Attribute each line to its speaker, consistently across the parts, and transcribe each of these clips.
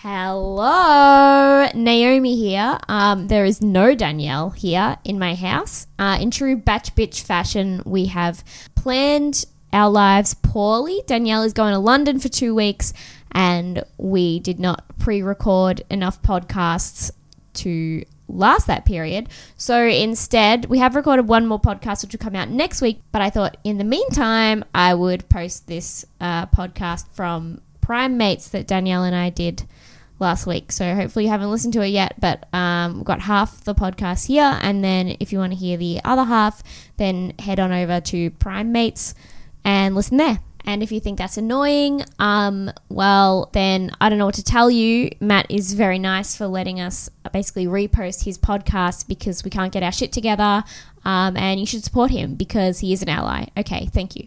Speaker 1: Hello, Naomi here. Um, there is no Danielle here in my house. Uh, in true batch bitch fashion, we have planned our lives poorly. Danielle is going to London for two weeks, and we did not pre record enough podcasts to last that period. So instead, we have recorded one more podcast, which will come out next week. But I thought in the meantime, I would post this uh, podcast from Prime Mates that Danielle and I did last week. So hopefully you haven't listened to it yet, but um, we've got half the podcast here. And then if you want to hear the other half, then head on over to Prime Mates and listen there. And if you think that's annoying, um, well, then I don't know what to tell you. Matt is very nice for letting us basically repost his podcast because we can't get our shit together. Um, and you should support him because he is an ally. Okay, thank you.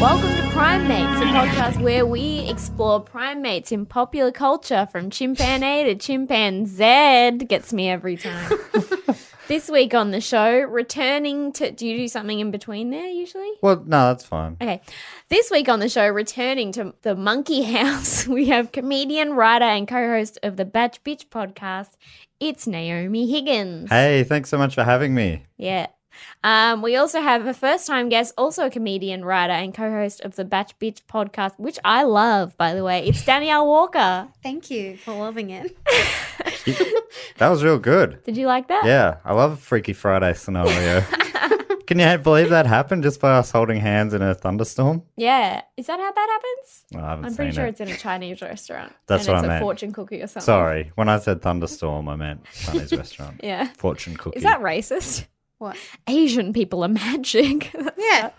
Speaker 1: Welcome to Primates, a podcast where we explore primates in popular culture from chimpanzee to chimpanzee. Gets me every time. this week on the show, returning to. Do you do something in between there usually?
Speaker 2: Well, no, that's fine.
Speaker 1: Okay. This week on the show, returning to the Monkey House, we have comedian, writer, and co host of the Batch Bitch podcast. It's Naomi Higgins.
Speaker 2: Hey, thanks so much for having me.
Speaker 1: Yeah. Um, we also have a first time guest, also a comedian, writer, and co host of the Batch Bitch podcast, which I love, by the way. It's Danielle Walker.
Speaker 3: Thank you for loving it.
Speaker 2: That was real good.
Speaker 1: Did you like that?
Speaker 2: Yeah, I love a Freaky Friday scenario. Can you believe that happened just by us holding hands in a thunderstorm?
Speaker 1: Yeah. Is that how that happens?
Speaker 2: Oh, I haven't
Speaker 1: I'm
Speaker 2: seen
Speaker 1: pretty sure
Speaker 2: it.
Speaker 1: it's in a Chinese restaurant.
Speaker 2: That's
Speaker 1: and
Speaker 2: what
Speaker 1: it's
Speaker 2: I
Speaker 1: a
Speaker 2: meant.
Speaker 1: fortune cookie or something.
Speaker 2: Sorry, when I said thunderstorm, I meant Chinese restaurant.
Speaker 1: Yeah.
Speaker 2: Fortune cookie.
Speaker 1: Is that racist?
Speaker 3: What?
Speaker 1: Asian people are magic. that's,
Speaker 3: Yeah,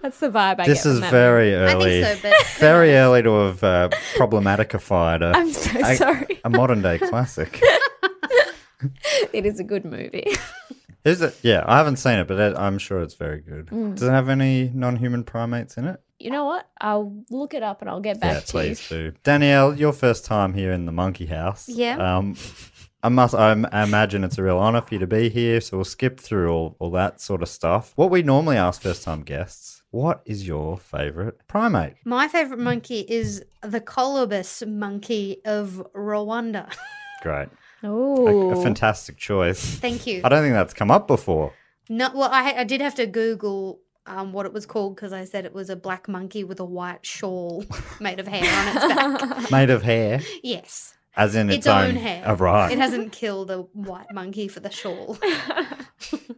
Speaker 1: that's the vibe I get.
Speaker 2: this
Speaker 1: from
Speaker 2: is
Speaker 1: that
Speaker 2: very
Speaker 3: I
Speaker 2: early.
Speaker 3: think so, but
Speaker 2: Very early to have uh, problematicified
Speaker 1: movie.
Speaker 2: a,
Speaker 1: I'm so
Speaker 2: a-
Speaker 1: sorry.
Speaker 2: a modern day classic.
Speaker 1: it is a good movie.
Speaker 2: Is it? Yeah, I haven't seen it, but it, I'm sure it's very good.
Speaker 1: Mm.
Speaker 2: Does it have any non-human primates in it?
Speaker 1: You know what? I'll look it up and I'll get back
Speaker 2: Yeah,
Speaker 1: to
Speaker 2: please do. Danielle, your first time here in the monkey house.
Speaker 3: Yeah.
Speaker 2: Um, I must. I im- I imagine it's a real honor for you to be here. So we'll skip through all, all that sort of stuff. What we normally ask first time guests: What is your favorite primate?
Speaker 3: my favorite monkey is the colobus monkey of Rwanda.
Speaker 2: Great,
Speaker 1: you.
Speaker 2: a,
Speaker 1: Ooh.
Speaker 2: a fantastic choice.
Speaker 3: Thank you.
Speaker 2: I don't think that's come up before.
Speaker 3: No, well, I, I did have to Google um, what it was called because I said it was a black monkey with a white shawl made of hair on its back.
Speaker 2: Made of hair,
Speaker 3: yes,
Speaker 2: as in its, own, hair. Oh, right.
Speaker 3: It hasn't killed a white monkey for the shawl.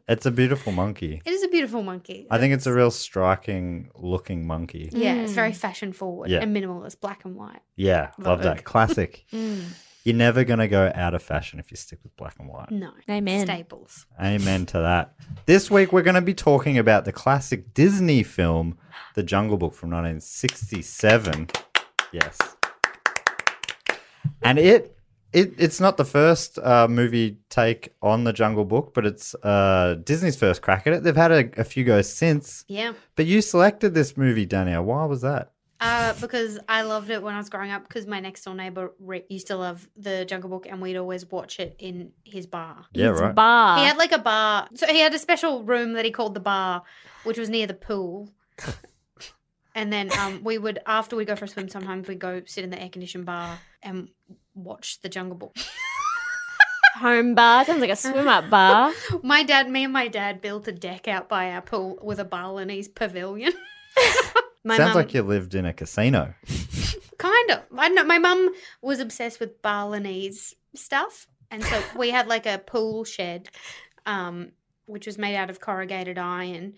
Speaker 2: it's a beautiful monkey.
Speaker 3: It is a beautiful monkey.
Speaker 2: I think it's a real striking looking monkey.
Speaker 3: yeah, it's very fashion forward
Speaker 2: Yeah.
Speaker 3: and minimalist, black and white.
Speaker 2: Yeah, love
Speaker 3: Vogue.
Speaker 2: that classic.
Speaker 3: Mm.
Speaker 2: You're never gonna go out of fashion if you stick with black and white.
Speaker 3: No,
Speaker 1: Amen.
Speaker 3: staples.
Speaker 2: Amen to that. This week we're going to be talking about the classic Disney film, The Jungle Book from 1967. Yes. And it it it's not the first uh, movie take on The Jungle Book, but it's uh, Disney's first crack at it. They've had a, a few goes since.
Speaker 3: Yeah.
Speaker 2: But you selected this movie, Danielle. Why was that?
Speaker 3: Uh, because I loved it when I was growing up. Because my next door neighbor Rick used to love the Jungle Book, and we'd always watch it in his bar.
Speaker 2: Yeah,
Speaker 1: It's
Speaker 2: right.
Speaker 1: Bar.
Speaker 3: He had like a bar, so he had a special room that he called the bar, which was near the pool. and then um, we would, after we go for a swim, sometimes we would go sit in the air conditioned bar and watch the Jungle Book.
Speaker 1: Home bar. Sounds like a swim up bar.
Speaker 3: My dad, me and my dad built a deck out by our pool with a Balinese pavilion. my
Speaker 2: Sounds
Speaker 3: mum-
Speaker 2: like you lived in a casino.
Speaker 3: Kind of. I don't know. My mum was obsessed with Balinese stuff. And so we had like a pool shed, um, which was made out of corrugated iron,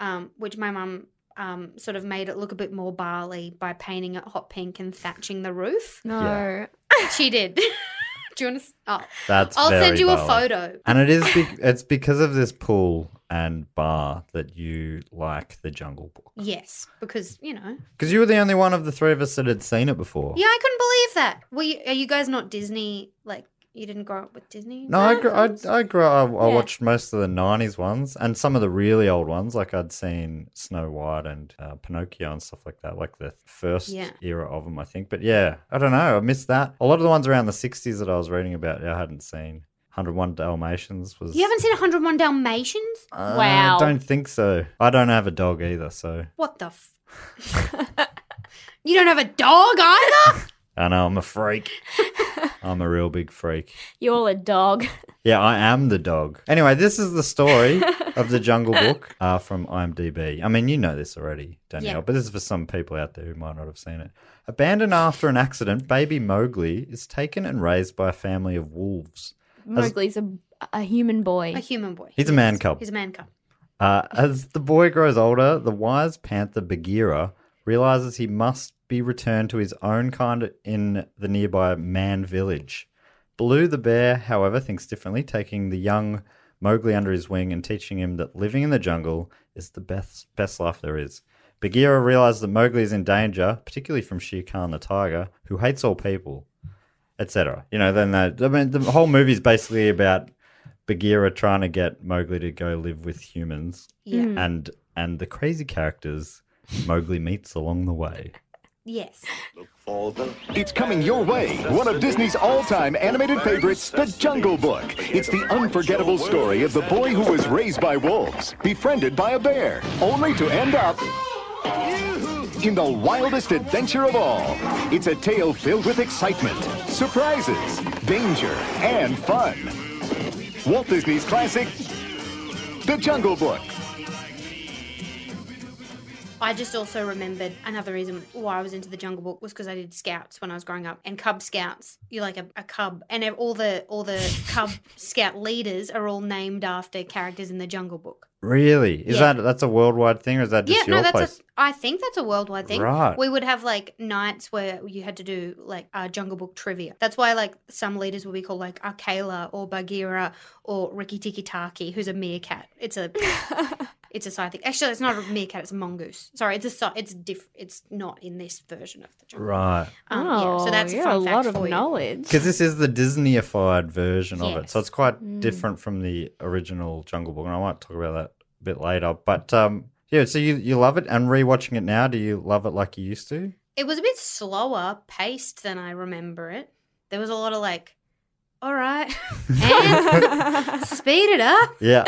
Speaker 3: um, which my mum um, sort of made it look a bit more barley by painting it hot pink and thatching the roof.
Speaker 4: No.
Speaker 2: Yeah.
Speaker 3: She did. Do you want to? Oh,
Speaker 2: That's
Speaker 3: I'll
Speaker 2: very
Speaker 3: send you a
Speaker 2: Bali.
Speaker 3: photo.
Speaker 2: And it is be- it's because of this pool and bar that you like the Jungle Book.
Speaker 3: Yes, because you know.
Speaker 2: Because you were the only one of the three of us that had seen it before.
Speaker 3: Yeah, I couldn't believe that. Were you, are you guys not Disney? Like you didn't grow up with Disney?
Speaker 2: No, I grew, I, I grew up, I, I
Speaker 4: Yeah.
Speaker 2: watched most of the 90s ones and some of the really old ones. Like I'd seen Snow White and uh, Pinocchio and stuff like that, like the first
Speaker 3: Yeah.
Speaker 2: era of them, I think. But yeah, I don't know. I missed that. A lot of the ones around the 60s that I was reading about, I hadn't seen. 101 Dalmatians was.
Speaker 3: You haven't seen 101 Dalmatians?
Speaker 2: Uh,
Speaker 4: Wow.
Speaker 2: I don't think so. I don't have a dog either, so.
Speaker 3: What the? F- you don't have a dog either.
Speaker 2: I know I'm a freak. I'm a real big freak.
Speaker 4: You're a dog.
Speaker 2: Yeah, I am the dog. Anyway, this is the story of the Jungle Book uh, from IMDb. I mean, you know this already, Danielle,
Speaker 3: Yeah.
Speaker 2: but this is for some people out there who might not have seen it. Abandoned after an accident, baby Mowgli is taken and raised by a family of wolves.
Speaker 4: Mowgli's a, a human boy.
Speaker 3: a human boy.
Speaker 2: He's a man cub.
Speaker 3: He's a man cub.
Speaker 2: Uh, as the boy grows older, the wise panther Bagheera realizes he must be returned to his own kind in the nearby man village. Baloo the bear, however, thinks differently, taking the young Mowgli under his wing and teaching him that living in the jungle is the best, best life there is. Bagheera realizes that Mowgli is in danger, particularly from Shere Khan the tiger, who hates all people, etc. You know, then that, I mean, the whole movie is basically about Bagheera trying to get Mowgli to go live with humans
Speaker 3: Yeah.
Speaker 2: and and the crazy characters Mowgli meets along the way.
Speaker 3: Yes.
Speaker 5: It's coming your way. One of Disney's all time animated favorites, The Jungle Book. It's the unforgettable story of the boy who was raised by wolves, befriended by a bear, only to end up in the wildest adventure of all. It's a tale filled with excitement, surprises, danger, and fun. Walt Disney's classic, The Jungle Book.
Speaker 3: I just also remembered another reason why I was into the Jungle Book was because I did Scouts when I was growing up, and Cub Scouts. You're like a, a cub, and all the all the Cub Scout leaders are all named after characters in the Jungle Book.
Speaker 2: Really? Is
Speaker 3: Yeah.
Speaker 2: that that's a worldwide thing or is that just
Speaker 3: yeah,
Speaker 2: your
Speaker 3: no, that's
Speaker 2: place?
Speaker 3: a. I think that's a worldwide thing.
Speaker 2: Right.
Speaker 3: We would have like nights where you had to do like uh, Jungle Book trivia. That's why like some leaders will be called like Akela or Bagheera or Rikki Tikki Taki, who's a meerkat. It's a. It's a side thing. Actually, it's not a meerkat. It's a mongoose. Sorry, it's a. si- It's diff. It's not in this version of the jungle. Book.
Speaker 2: Right.
Speaker 3: Um,
Speaker 4: oh,
Speaker 3: yeah, so that's
Speaker 4: you're
Speaker 3: a, fun
Speaker 4: a lot
Speaker 3: fact
Speaker 4: of
Speaker 3: for you.
Speaker 4: knowledge.
Speaker 2: Because this is the Disneyified version of it. So
Speaker 3: Yes.
Speaker 2: it's quite different from the original Jungle Book. And I might talk about that a bit later. But um, yeah, so you, you love it and rewatching it now, do you love it like you used to?
Speaker 3: It was a bit slower paced than I remember it. There was a lot of like, all right, and speed it up.
Speaker 2: Yeah.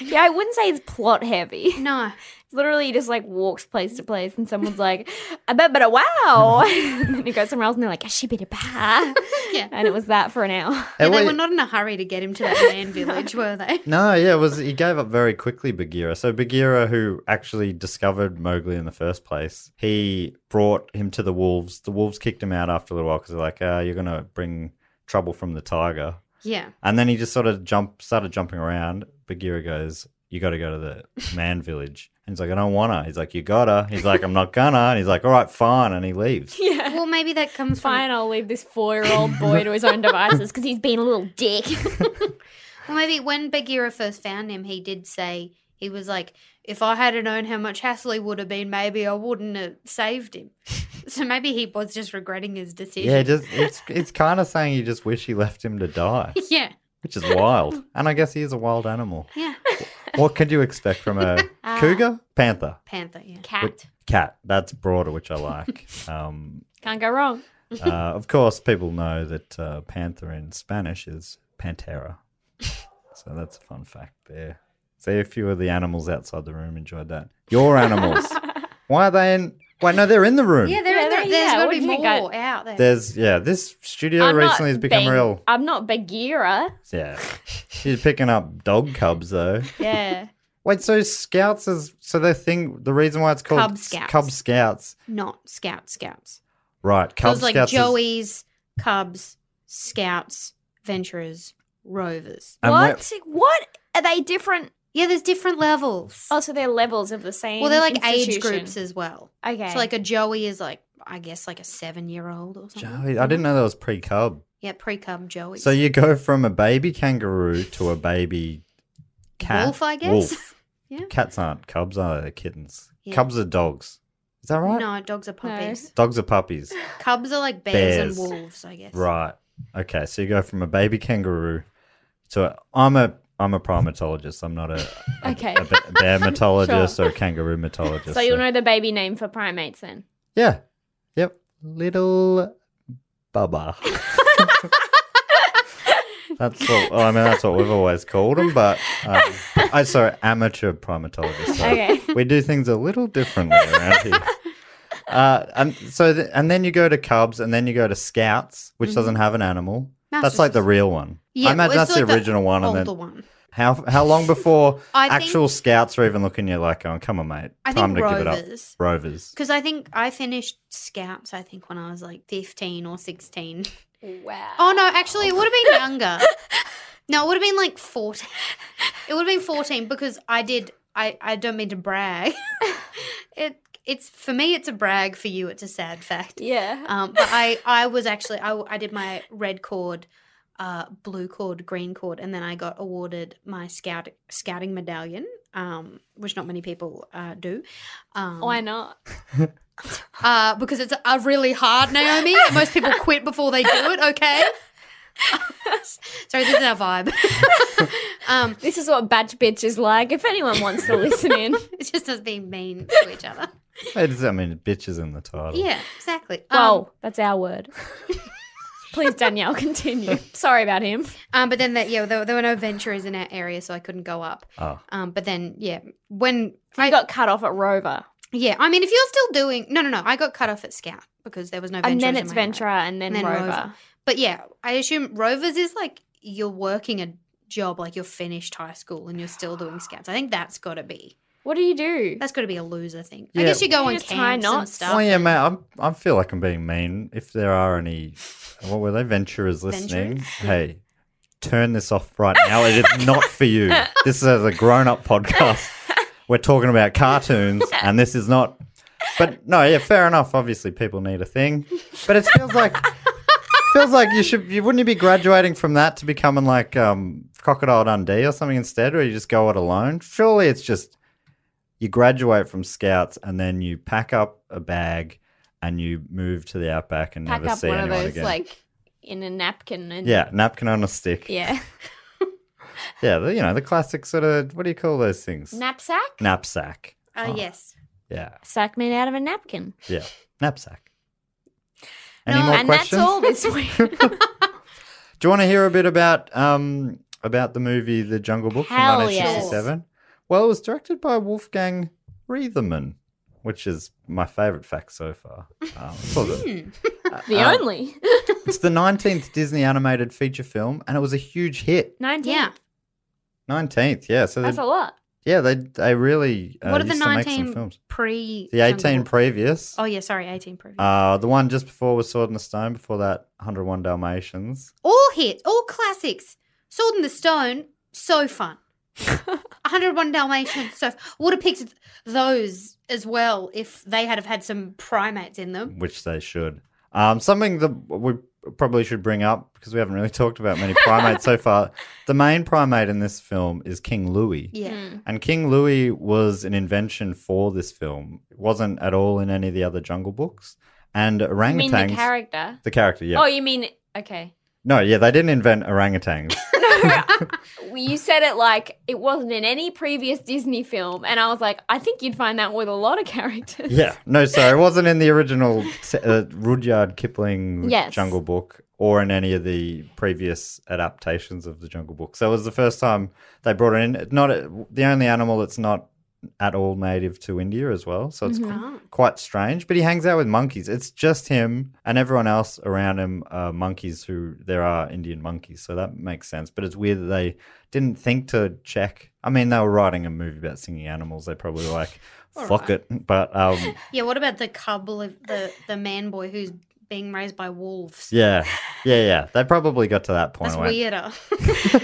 Speaker 4: yeah, I wouldn't say it's plot heavy. It's
Speaker 3: No,
Speaker 4: literally just like walks place to place, and someone's like, "I bet, but a wow," and then he goes somewhere else, and they're like, "A shibita ba,"
Speaker 3: Yeah.
Speaker 4: and it was that for an hour.
Speaker 2: It
Speaker 3: Yeah, they
Speaker 2: wa-
Speaker 3: were not in a hurry to get him to that man village, were they?
Speaker 2: No, yeah, it was he gave up very quickly, Bagheera. So Bagheera, who actually discovered Mowgli in the first place, he brought him to the wolves. The wolves kicked him out after a little while because they're like, uh, "You're gonna bring trouble from the tiger."
Speaker 3: Yeah.
Speaker 2: And then he just sort of jump started jumping around. Bagheera goes, "You got to go to the man village." And he's like, "I don't wanna." He's like, "You gotta." He's like, "I'm not gonna." And he's like, "All right, fine." And he leaves.
Speaker 4: Yeah.
Speaker 3: Well, maybe that comes
Speaker 4: Fine, I'll leave this four-year-old boy to his own devices because he's been a little dick.
Speaker 3: from. Well, maybe when Bagheera first found him, he did say he was like, "If I had known how much hassle he would have been, maybe I wouldn't have saved him." so maybe he was just regretting his decision.
Speaker 2: Yeah, just it's it's kind of saying you just wish he left him to die,
Speaker 3: yeah.
Speaker 2: which is wild. And I guess he is a wild animal.
Speaker 3: Yeah.
Speaker 2: what could you expect from a
Speaker 4: Uh.
Speaker 2: cougar, panther,
Speaker 3: Panther. Yeah.
Speaker 4: Cat
Speaker 2: cat? That's broader, which I like. um,
Speaker 4: can't go wrong.
Speaker 2: uh, of course, people know that uh, panther in Spanish is pantera, so that's a fun fact there. See if few of the animals outside the room enjoyed that. Your animals? Why are they in? Wait, no, they're in the room.
Speaker 3: Yeah. There,
Speaker 4: Yeah,
Speaker 3: there,
Speaker 4: there-
Speaker 3: has
Speaker 4: yeah,
Speaker 3: got
Speaker 4: what
Speaker 3: to be
Speaker 4: do you
Speaker 3: more
Speaker 4: think I-
Speaker 3: out there.
Speaker 2: There's yeah. This studio
Speaker 4: I'm not
Speaker 2: recently has become
Speaker 4: Bang-
Speaker 2: real.
Speaker 4: I'm not Bagheera.
Speaker 2: Yeah, she's picking up dog cubs though.
Speaker 4: Yeah.
Speaker 2: Wait, so scouts is so the thing. The reason why it's called
Speaker 3: Cub
Speaker 2: s-
Speaker 3: Scouts.
Speaker 2: Cub Scouts,
Speaker 3: Not Scout Scouts.
Speaker 2: right?
Speaker 3: It
Speaker 2: Cub
Speaker 3: was like
Speaker 2: Scouts is-
Speaker 3: Joey's, Cubs, Scouts, Venturers, Rovers.
Speaker 2: And where-
Speaker 4: what? What are they different?
Speaker 3: Yeah, there's different levels.
Speaker 4: Oh, so they're levels of the same.
Speaker 3: well, they're like age
Speaker 4: institution.
Speaker 3: groups as well.
Speaker 4: Okay.
Speaker 3: So like a Joey is like I guess like a seven year old or something.
Speaker 2: Joey, I didn't know that was pre cub.
Speaker 3: Yeah, pre cum Joey.
Speaker 2: So you go from a baby kangaroo to a baby cat.
Speaker 3: wolf, I guess.
Speaker 2: Wolf.
Speaker 3: Yeah.
Speaker 2: Cats aren't cubs, are they? Kittens.
Speaker 3: Yeah.
Speaker 2: Cubs are dogs. Is that right?
Speaker 3: No, dogs are puppies.
Speaker 2: Dogs are puppies.
Speaker 3: Cubs are like bears,
Speaker 2: Bears.
Speaker 3: and wolves, I guess.
Speaker 2: Right. Okay. So you go from a baby kangaroo to a, I'm a I'm a primatologist. I'm not a, a
Speaker 4: Okay.
Speaker 2: a, ba- bear metologist or a kangaroo metologist.
Speaker 1: So you'll know the baby name for primates then.
Speaker 2: Yeah. Yep. Little Bubba. that's what I mean. That's what we've always called them. But um, I sorry, amateur primatologist. so
Speaker 1: Okay.
Speaker 2: We do things a little differently around here. Uh, and so, th- and then you go to Cubs, and then you go to Scouts, which doesn't have an animal.
Speaker 3: No,
Speaker 2: that's
Speaker 3: it's
Speaker 2: like the
Speaker 3: Mm-hmm. just-
Speaker 2: real one. I
Speaker 3: well,
Speaker 2: imagine
Speaker 3: it's
Speaker 2: that's
Speaker 3: like
Speaker 2: the original one, and
Speaker 3: Older
Speaker 2: then
Speaker 3: one.
Speaker 2: how how long before
Speaker 3: I think-
Speaker 2: actual Scouts are even looking at you like, "Oh, come on, mate,
Speaker 3: I
Speaker 2: time
Speaker 3: think
Speaker 2: to give it up."
Speaker 3: Rovers.
Speaker 2: Rovers.
Speaker 3: Because I think I finished Scouts, I think, when I was like 15 or 16.
Speaker 1: Wow.
Speaker 3: Oh, no, actually, it would have been younger. no, it would have been like 14. It would have been 14 because I did, I, I don't mean to brag. it It's for me, it's a brag. For you, it's a sad fact.
Speaker 1: Yeah.
Speaker 3: Um, but I, I was actually, I, I did my red cord, uh, blue cord, green cord, and then I got awarded my scout scouting medallion, um, which not many people uh, do. Um,
Speaker 1: Why not?
Speaker 3: uh, because it's a really hard, Naomi. Most people quit before they do it, okay? Sorry, this is our vibe. um,
Speaker 1: This is what batch bitch is like. If anyone wants to listen in,
Speaker 3: it's just us being mean to each other.
Speaker 2: It is- I mean, bitches in the title.
Speaker 3: Yeah, exactly. Um,
Speaker 1: whoa, that's our word. Please, Danielle, continue. Sorry about him.
Speaker 3: um, but then, that, yeah, there, there were no venturers in our area, so I couldn't go up.
Speaker 2: Oh.
Speaker 3: Um, but then, yeah, when
Speaker 1: I
Speaker 3: I
Speaker 1: got cut off at Rover,
Speaker 3: yeah, I mean, if you're still doing no, no, no, I got cut off at Scout because there was no.
Speaker 1: and then
Speaker 3: venturers in
Speaker 1: it's
Speaker 3: my area.
Speaker 1: Ventura, and then,
Speaker 3: And then
Speaker 1: Rover.
Speaker 3: Rover. But yeah, I assume Rovers is like you're working a job, like you're finished high school and you're still doing Scouts. I think that's got to be.
Speaker 1: What do you do?
Speaker 3: That's got to be a loser thing. I
Speaker 2: Yeah.
Speaker 3: guess you go
Speaker 1: You
Speaker 3: on
Speaker 1: just tie
Speaker 3: camps and
Speaker 1: knots.
Speaker 3: stuff.
Speaker 2: Oh yeah, mate. I'm, I feel like I'm being mean. If there are any, what were they, venturers listening? Hey, turn this off right now. It is not for you. This is a grown-up podcast. We're talking about cartoons, and this is not. But no, yeah, fair enough. Obviously, people need a thing, but it feels like feels like you should. You wouldn't you be graduating from that to becoming like um, Crocodile Dundee or something instead, or you just go it alone? Surely, it's just you graduate from scouts and then you pack up a bag and you move to the outback and
Speaker 1: Pack
Speaker 2: never
Speaker 1: up
Speaker 2: see
Speaker 1: one of
Speaker 2: anyone
Speaker 1: those,
Speaker 2: again.
Speaker 1: like in a napkin, and
Speaker 2: yeah, napkin on a stick. Yeah,
Speaker 1: yeah,
Speaker 2: the, you know the classic sort of what do you call those things?
Speaker 1: knapsack.
Speaker 2: knapsack.
Speaker 3: Oh yes.
Speaker 2: Yeah,
Speaker 1: Sack made out of a napkin.
Speaker 2: yeah, knapsack. Any more
Speaker 1: and
Speaker 2: questions?
Speaker 1: that's all this week.
Speaker 2: Uh, Do you want to hear a bit about um about the movie The Jungle Book
Speaker 1: Hell
Speaker 2: from 1967? Well, it was directed by Wolfgang Reitherman, which is my favorite fact so far. Um, it's all good.
Speaker 1: Uh, the
Speaker 2: Uh,
Speaker 1: only
Speaker 2: It's the 19th Disney animated feature film, and it was a huge hit.
Speaker 1: nineteen.
Speaker 3: Yeah.
Speaker 2: 19th, yeah. So
Speaker 1: that's
Speaker 2: they,
Speaker 1: a lot.
Speaker 2: yeah, they they really uh,
Speaker 3: what are the
Speaker 2: used to make some
Speaker 3: nineteen
Speaker 2: films.
Speaker 3: pre?
Speaker 2: The 18
Speaker 3: Jungle Book?
Speaker 2: previous.
Speaker 3: Oh yeah, sorry, eighteen pre.
Speaker 2: Uh, the one just before was Sword in the Stone. Before that, 101 Dalmatians.
Speaker 3: all hits, all classics. Sword in the Stone, so fun. 101 Dalmatians, so would have picked those as well if they had have had some primates in them.
Speaker 2: which they should. Um, something that we probably should bring up because we haven't really talked about many primates so far. The main primate in this film is King Louis.
Speaker 3: Yeah.
Speaker 1: Hmm.
Speaker 2: And King Louis was an invention for this film. It wasn't at all in any of the other Jungle books. And
Speaker 1: I mean,
Speaker 2: orangutans.
Speaker 1: the character.
Speaker 2: the character, yeah.
Speaker 1: Oh, you mean okay?
Speaker 2: No, yeah, they didn't invent orangutans.
Speaker 1: Well, You said it like it wasn't in any previous Disney film, and I was like, I think you'd find that with a lot of characters.
Speaker 2: yeah. No, sorry. It wasn't in the original t- uh, Rudyard Kipling
Speaker 1: Yes.
Speaker 2: Jungle Book or in any of the previous adaptations of the Jungle Book. So it was the first time they brought it in. It's Not a, the only animal that's not at all native to India as well. So it's qu- quite strange. But he hangs out with monkeys. It's just him and everyone else around him are monkeys who there are Indian monkeys. So that makes sense. But it's weird that they didn't think to check. I mean, they were writing a movie about singing animals. They probably were like, fuck it. But um,
Speaker 3: Yeah, what about the cub, of the, the man boy who's being raised by wolves.
Speaker 2: Yeah, yeah, yeah. They probably got to that point.
Speaker 3: That's
Speaker 2: where-
Speaker 3: weirder.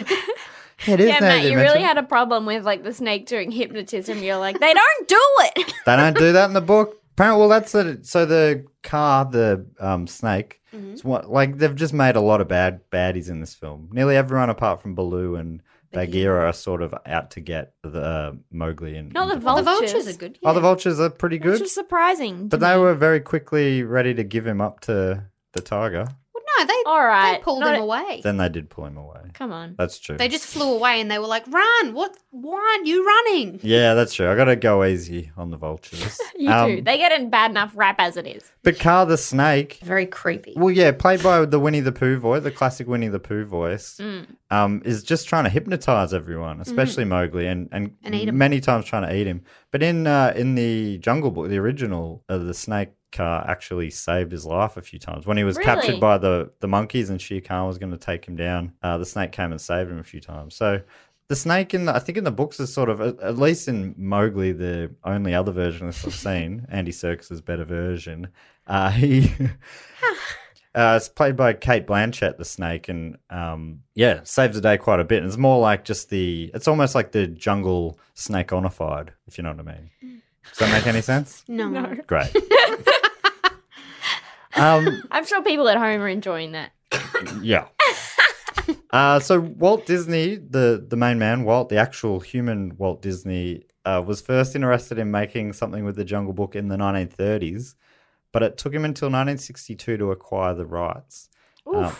Speaker 2: It is
Speaker 1: yeah, Matt,
Speaker 2: now that
Speaker 1: you really
Speaker 2: mention it.
Speaker 1: had a problem with like the snake doing hypnotism. You're like, they don't do it.
Speaker 2: they don't do that in the book. Apparently, well, that's it. So the car, the um, snake,
Speaker 1: Mm-hmm.
Speaker 2: it's what like they've just made a lot of bad baddies in this film. Nearly everyone apart from Baloo and Bagheera are sort of out to get the uh, Mowgli and
Speaker 1: Not the
Speaker 2: and-
Speaker 3: the
Speaker 1: vultures.
Speaker 3: vultures are good.
Speaker 2: Oh, the
Speaker 3: yeah.
Speaker 2: vultures are pretty
Speaker 1: Which
Speaker 2: good,
Speaker 1: was surprising.
Speaker 2: but they were very quickly ready to give him up to the tiger.
Speaker 3: Well, no, they,
Speaker 1: All right,
Speaker 3: they pulled
Speaker 1: not
Speaker 3: him
Speaker 1: a-
Speaker 3: away.
Speaker 2: Then they did pull him away.
Speaker 1: Come on.
Speaker 2: That's true.
Speaker 3: They just flew away and they were like, "Run! What? Why aren't you running?"
Speaker 2: yeah, that's true. I gotta go easy on the vultures.
Speaker 1: You
Speaker 2: Um,
Speaker 1: do. They get a bad enough rap as it is.
Speaker 2: But Car the snake
Speaker 3: Very creepy.
Speaker 2: Well, yeah, played by the Winnie the Pooh voice, the classic Winnie the Pooh voice,
Speaker 1: Mm.
Speaker 2: um, is just trying to hypnotize everyone, especially Mowgli, and and,
Speaker 3: Mm-hmm. And eat 'em.
Speaker 2: many times trying to eat him. But in uh, in the Jungle Book, the original, uh, the snake car actually saved his life a few times when he was captured
Speaker 1: Really?
Speaker 2: by the the monkeys, and Shere Khan was going to take him down. Uh, the snake came and saved him a few times. So. The snake in the, I think in the books is sort of at at least in Mowgli the only other version of this I've seen Andy Serkis's better version uh, he Uh, it's played by Kate Blanchett, the snake, and um, yeah, saves the day quite a bit. And it's more like just the, it's almost like the jungle snake onified, if you know what I mean. Does that make any sense?
Speaker 3: No.
Speaker 2: Great. um,
Speaker 1: I'm sure people at home are enjoying that.
Speaker 2: yeah. Uh, so Walt Disney, the the main man, Walt, the actual human Walt Disney, uh, was first interested in making something with the Jungle Book in the 1930s, but it took him until 1962 to acquire the rights.
Speaker 1: Oof.
Speaker 2: Um,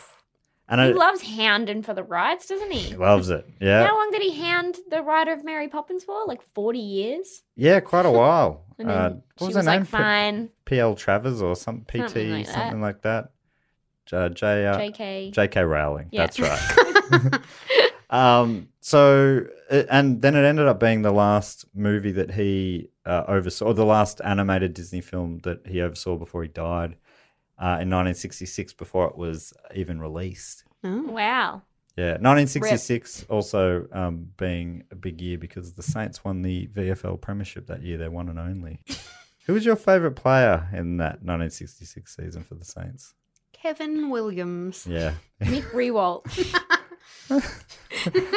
Speaker 2: and
Speaker 1: he
Speaker 2: it,
Speaker 1: loves hounding for the rides, doesn't he?
Speaker 2: He loves it. Yeah.
Speaker 1: How long did he hound the writer of Mary Poppins for? Like 40 years?
Speaker 2: Yeah, quite a while.
Speaker 1: And
Speaker 2: uh,
Speaker 1: then
Speaker 2: what
Speaker 1: she
Speaker 2: was
Speaker 1: was,
Speaker 2: her
Speaker 1: like,
Speaker 2: name? P-
Speaker 1: fine,
Speaker 2: PL Travers or some PT, something
Speaker 1: Something
Speaker 2: like
Speaker 1: like that.
Speaker 2: that. J, J, uh,
Speaker 1: JK.
Speaker 2: JK Rowling.
Speaker 1: Yeah.
Speaker 2: That's right. um, so, uh, and then it ended up being the last movie that he uh, oversaw, or the last animated Disney film that he oversaw before he died uh, in 1966, before it was even released.
Speaker 3: No.
Speaker 1: wow.
Speaker 2: Yeah, 1966 also um, being a big year because the Saints won the VFL Premiership that year, their one and only. Who was your favourite player in that 1966 season for the Saints?
Speaker 3: Kevin Williams.
Speaker 2: Yeah.
Speaker 1: Nick Rewalt. hey,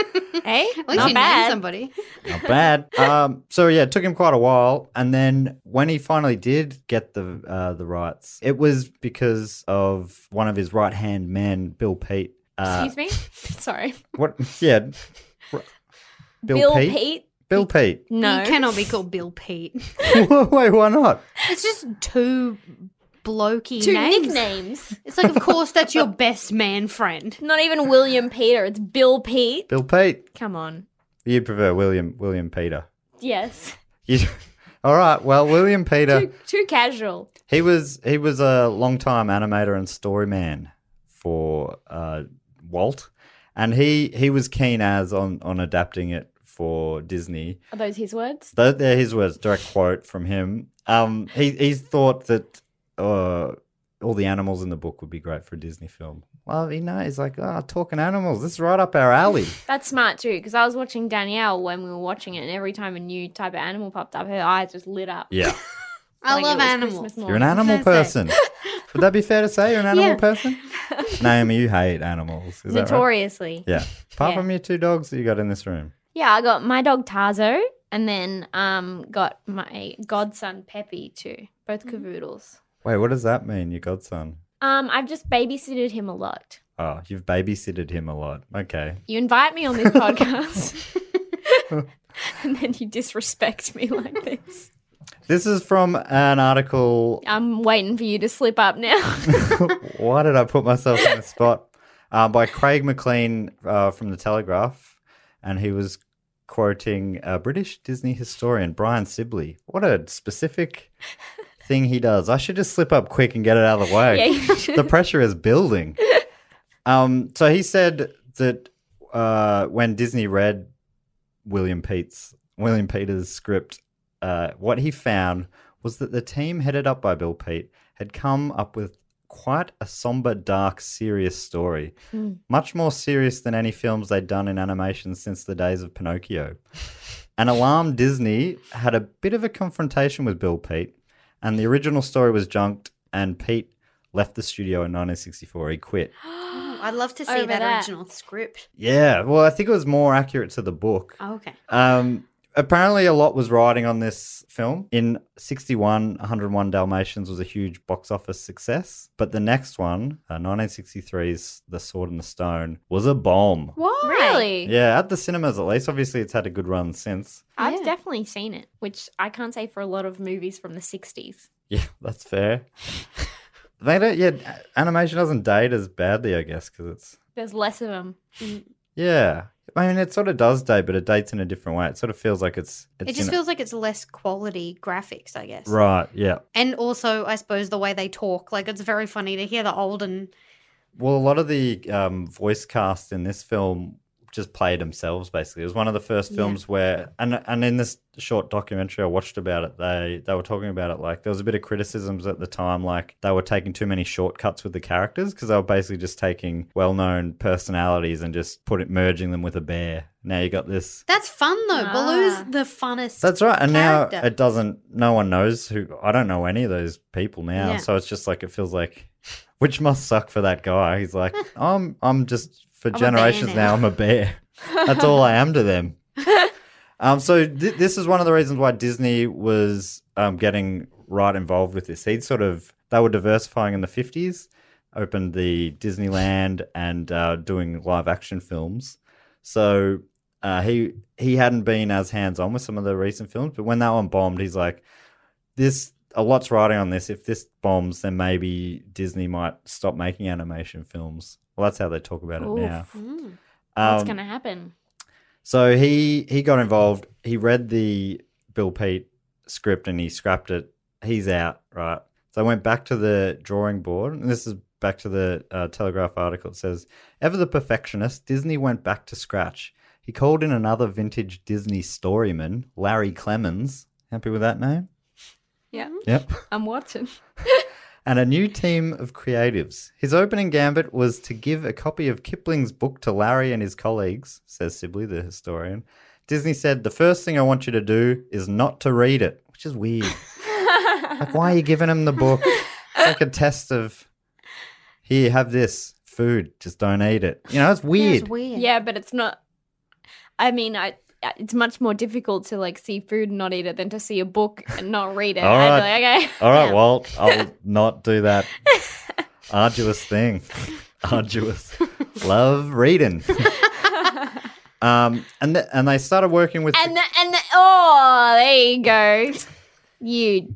Speaker 3: At least
Speaker 1: not
Speaker 3: you named
Speaker 1: bad.
Speaker 3: somebody.
Speaker 2: Not bad. Um, so yeah, it took him quite a while, and then when he finally did get the uh, the rights, it was because of one of his right hand men, Bill Pete. Uh,
Speaker 1: Excuse me? Sorry.
Speaker 2: What? Yeah. Bill, Pete. Bill Pete.
Speaker 1: No.
Speaker 3: You cannot be called Bill Pete.
Speaker 2: Wait, why not?
Speaker 3: It's just two blokey
Speaker 1: Two
Speaker 3: names.
Speaker 1: nicknames.
Speaker 3: It's like, of course, that's your best man friend.
Speaker 1: Not even William Peter, it's Bill Pete.
Speaker 2: Bill Pete.
Speaker 1: Come on.
Speaker 2: You prefer William William Peter.
Speaker 1: Yes.
Speaker 2: You- all right. Well, William Peter.
Speaker 1: Too, too casual.
Speaker 2: He was he was a long-time animator and story man for uh, Walt, and he he was keen as on on adapting it for Disney.
Speaker 1: Are those his words?
Speaker 2: Th- They're his words, direct quote from him. Um, he he thought that uh, all the animals in the book would be great for a Disney film. Well, you know, he's like, oh, talking animals. This is right up our alley.
Speaker 1: That's smart too, because I was watching Danielle when we were watching it, and every time a new type of animal popped up, her eyes just lit up.
Speaker 2: Yeah,
Speaker 3: I
Speaker 1: Like it
Speaker 3: love
Speaker 1: was
Speaker 3: animals.
Speaker 1: Christmas morning.
Speaker 2: you're an animal
Speaker 3: can I say?
Speaker 2: person. Would that be fair to say you're an animal
Speaker 3: Yeah.
Speaker 2: person? Naomi, you hate animals. Is that right?
Speaker 1: Notoriously.
Speaker 2: Yeah. Apart
Speaker 1: Yeah.
Speaker 2: from your two dogs that you got in this room.
Speaker 1: Yeah, I got my dog Tarzo and then um got my godson Peppy too. Both
Speaker 3: Mm-hmm.
Speaker 1: cavoodles.
Speaker 2: Wait, what does that mean, your godson?
Speaker 1: Um, I've just babysitted him a lot.
Speaker 2: Oh, you've babysitted him a lot. Okay.
Speaker 1: You invite me on this podcast. and then you disrespect me like this.
Speaker 2: This is from an article.
Speaker 1: I'm waiting for you to slip up now.
Speaker 2: Why did I put myself in the spot? Uh, by Craig McLean uh, from The Telegraph. And he was quoting a British Disney historian, Brian Sibley. What a specific thing he does. I should just slip up quick and get it out of the way.
Speaker 1: yeah, you should.
Speaker 2: the pressure is building. Um, so he said that uh, when Disney read William Pete's William Peter's script, uh, what he found was that the team headed up by Bill Pete had come up with quite a somber, dark, serious story, much more serious than any films they'd done in animation since the days of Pinocchio. An alarmed Disney had a bit of a confrontation with Bill Pete, and the original story was junked, and Pete left the studio in 1964. He quit.
Speaker 3: Oh, I'd love to see
Speaker 1: Over
Speaker 3: that,
Speaker 1: that.
Speaker 3: original script.
Speaker 2: Yeah, well, I think it was more accurate to the book.
Speaker 3: Oh, okay.
Speaker 2: Um, apparently, a lot was riding on this film. In 61, 101 Dalmatians was a huge box office success. But the next one, uh, 1963's The Sword and the Stone, was a bomb.
Speaker 3: Why?
Speaker 1: Really?
Speaker 2: Yeah, at the cinemas at least. Obviously, it's had a good run since.
Speaker 1: I've
Speaker 3: Yeah.
Speaker 1: definitely seen it, which I can't say for a lot of movies from the 60s.
Speaker 2: Yeah, that's fair. they don't, yeah, a- animation doesn't date as badly, I guess, because it's,
Speaker 1: There's less of them.
Speaker 2: yeah. I mean, it sort of does date, but it dates in a different way. It sort of feels like it's, it's
Speaker 3: It just
Speaker 2: in a-
Speaker 3: feels like it's less quality graphics, I guess.
Speaker 2: right. Yeah.
Speaker 3: And also, I suppose the way they talk, like it's very funny to hear the olden.
Speaker 2: Well, a lot of the um, voice cast in this film just played themselves. Basically, it was one of the first
Speaker 3: Yeah.
Speaker 2: films where, and and in this short documentary I watched about it, they they were talking about it like there was a bit of criticisms at the time, like they were taking too many shortcuts with the characters because they were basically just taking well known personalities and just put it merging them with a bear. Now you got this.
Speaker 3: That's fun though.
Speaker 1: Ah.
Speaker 3: Baloo's the funnest.
Speaker 2: That's right. And now
Speaker 3: character.
Speaker 2: it doesn't. No one knows who. I don't know any of those people now.
Speaker 3: Yeah.
Speaker 2: So it's just like it feels like, which must suck for that guy. He's like, I'm. I'm just for
Speaker 3: I'm a bear
Speaker 2: generations
Speaker 3: now."
Speaker 2: now. I'm a bear. That's all I am to them. Um. So th- this is one of the reasons why Disney was um getting right involved with this. He'd sort of they were diversifying in the fifties, opened the Disneyland and uh, doing live action films. So uh, he he hadn't been as hands on with some of the recent films, but when that one bombed, he's like, "This a lot's riding on this. If this bombs, then maybe Disney might stop making animation films." Well, that's how they talk about it now.
Speaker 1: Oof.
Speaker 3: Mm.
Speaker 1: What's
Speaker 2: Um,
Speaker 1: going to happen?
Speaker 2: so he he got involved. He read the Bill Pete script and he scrapped it. He's out, right? So I went back to the drawing board, and this is back to the uh, Telegraph article. It says, "Ever the perfectionist, Disney went back to scratch. He called in another vintage Disney storyman, Larry Clemens. Happy with that name?
Speaker 1: Yeah.
Speaker 2: Yep."
Speaker 1: I'm watching.
Speaker 2: and a new team of creatives. His opening gambit was to give a copy of Kipling's book to Larry and his colleagues, says Sibley, the historian. Disney said, The first thing I want you to do is not to read it, which is weird. like, why are you giving him the book? It's like a test of, here, have this food, just don't eat it. You know, it's
Speaker 3: Yeah,
Speaker 2: weird.
Speaker 3: it's weird.
Speaker 1: Yeah, but it's not. I mean, I. It's much more difficult to like see food and not eat it than to see a book and not read it.
Speaker 2: All
Speaker 1: I'd be
Speaker 2: right.
Speaker 1: like, okay.
Speaker 2: All right, Walt, I'll not do that arduous thing. arduous. Love reading. um, and th- and they started working with.
Speaker 1: And the, and the, oh, there you go. You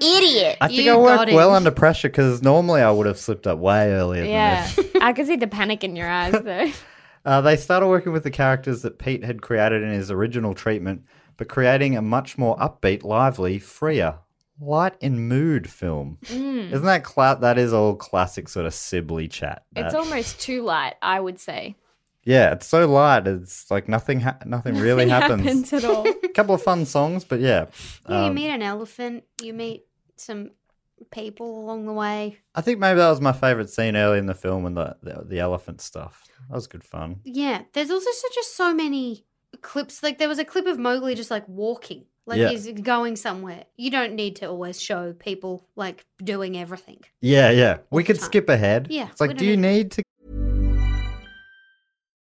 Speaker 1: idiot.
Speaker 2: I think
Speaker 3: you
Speaker 2: I work
Speaker 3: got it.
Speaker 2: well under pressure because normally I would have slipped up way earlier than
Speaker 1: Yeah.
Speaker 2: this.
Speaker 1: I can see the panic in your eyes though.
Speaker 2: Uh, they started working with the characters that Pete had created in his original treatment, but creating a much more upbeat, lively, freer, light in mood film.
Speaker 1: Mm.
Speaker 2: Isn't that cla- that is all classic sort of Sibley chat.
Speaker 1: It's
Speaker 2: that-
Speaker 1: almost too light, I would say.
Speaker 2: Yeah, it's so light. It's like nothing, ha- nothing really
Speaker 1: Nothing
Speaker 2: happens.
Speaker 1: happens at all.
Speaker 2: A couple of fun songs, but yeah.
Speaker 3: Yeah, you
Speaker 2: Um,
Speaker 3: meet an elephant. You meet some people along the way.
Speaker 2: I think maybe that was my favorite scene early in the film when the, the the elephant stuff. That was good fun.
Speaker 3: Yeah, there's also such just so many clips. Like there was a clip of Mowgli just like walking, like
Speaker 2: Yeah.
Speaker 3: he's going somewhere. You don't need to always show people like doing everything.
Speaker 2: Yeah, yeah. We
Speaker 3: the
Speaker 2: could
Speaker 3: time.
Speaker 2: skip ahead.
Speaker 3: Yeah,
Speaker 2: It's
Speaker 3: we
Speaker 2: like,
Speaker 3: don't
Speaker 2: do you
Speaker 3: need-
Speaker 2: need to?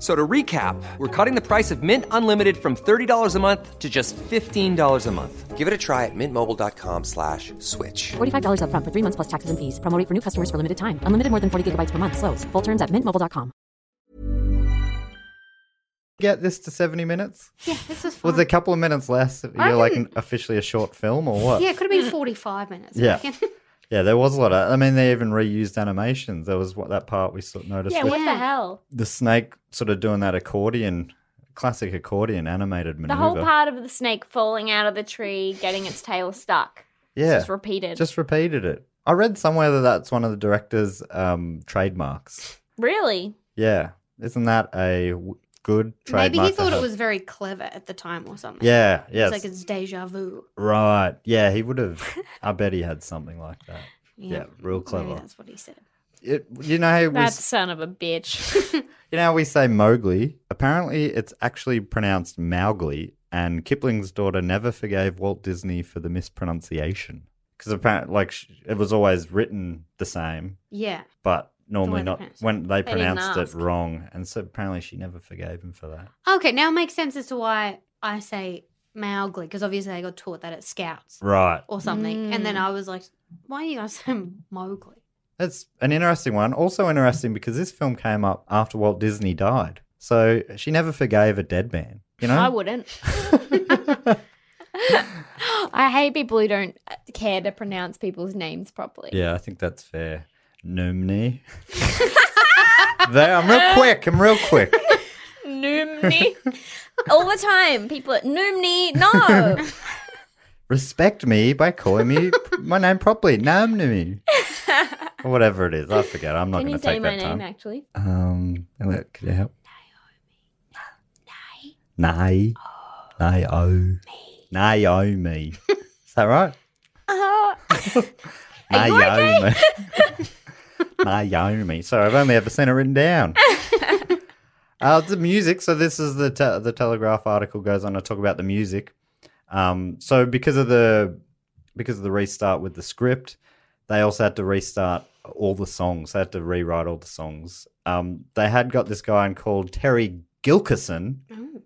Speaker 6: So to recap, we're cutting the price of Mint Unlimited from $30 a month to just $15 a month. Give it a try at mintmobile.com slash switch.
Speaker 7: $45 upfront for three months plus taxes and fees. Promo rate for new customers for limited time. Unlimited more than 40 gigabytes per month. Slows. Full terms at mintmobile.com.
Speaker 2: Get this to seventy minutes.
Speaker 3: Yeah, this is fun.
Speaker 2: Was it a couple of minutes less? if
Speaker 3: I
Speaker 2: You're like
Speaker 3: didn't-
Speaker 2: an- officially a short film or what?
Speaker 3: yeah, it could have been 45 minutes. I
Speaker 2: Yeah.
Speaker 3: reckon.
Speaker 2: Yeah, there was a lot of. I mean, they even reused animations. There was what that part we sort of noticed.
Speaker 1: yeah,
Speaker 2: with
Speaker 1: what the hell?
Speaker 2: the snake sort of doing that accordion, classic accordion animated
Speaker 1: The
Speaker 2: maneuver.
Speaker 1: whole part of the snake falling out of the tree, getting its tail stuck. It's
Speaker 2: Yeah.
Speaker 1: Just repeated.
Speaker 2: just repeated it. I read somewhere that that's one of the director's um, trademarks.
Speaker 1: really?
Speaker 2: Yeah, isn't that a w- good trademark?
Speaker 3: Maybe he
Speaker 2: to
Speaker 3: thought it
Speaker 2: have?
Speaker 3: was very clever at the time or something.
Speaker 2: Yeah, yeah,
Speaker 3: It's like it's deja vu.
Speaker 2: right. Yeah, he would have. I bet he had something like that. Yeah, real
Speaker 3: Maybe
Speaker 2: clever.
Speaker 3: that's what he said.
Speaker 2: It, you know, how we,
Speaker 1: That
Speaker 2: s-
Speaker 1: son of a bitch.
Speaker 2: you know, how we say Mowgli. Apparently, it's actually pronounced Mowgli. And Kipling's daughter never forgave Walt Disney for the mispronunciation because apparently, like, sh- it was always written the same,
Speaker 3: Yeah.
Speaker 2: but normally
Speaker 3: they
Speaker 2: not
Speaker 3: pronounced it.
Speaker 2: when they
Speaker 1: They didn't
Speaker 2: pronounced it
Speaker 1: ask.
Speaker 2: wrong. And so apparently, she never forgave him for that.
Speaker 3: Okay, now it makes sense as to why I say Mowgli because obviously I got taught that at Scouts
Speaker 2: Right.
Speaker 3: or something, and
Speaker 1: Mm.
Speaker 3: then I was like, "Why are you guys saying Mowgli?"
Speaker 2: That's an interesting one. Also interesting because this film came up after Walt Disney died. So she never forgave a dead man. You know?
Speaker 1: I wouldn't. I hate people who don't care to pronounce people's names properly.
Speaker 2: Yeah, I think that's fair. Numni. there, I'm real quick. I'm real quick.
Speaker 1: Noomni. All the time. People are, Noomni, no.
Speaker 2: Respect me by calling me p- my name properly. Numni. Or whatever it is. I forget. I'm not
Speaker 1: Can
Speaker 2: going
Speaker 1: you
Speaker 2: to
Speaker 1: say
Speaker 2: take
Speaker 1: my
Speaker 2: that
Speaker 1: name,
Speaker 2: time.
Speaker 1: actually?
Speaker 2: Um, hello, could you help? Naomi. Naomi. Naomi. Naomi. Is that right?
Speaker 1: Uh,
Speaker 2: Naomi. Naomi. Sorry, I've only ever seen it written down. uh, the music. So this is the te- the Telegraph article goes on to talk about the music. Um, so because of the because of the restart with the script, they also had to restart all the songs. They had to rewrite all the songs. Um, they had got this guy in called Terry Gilkison.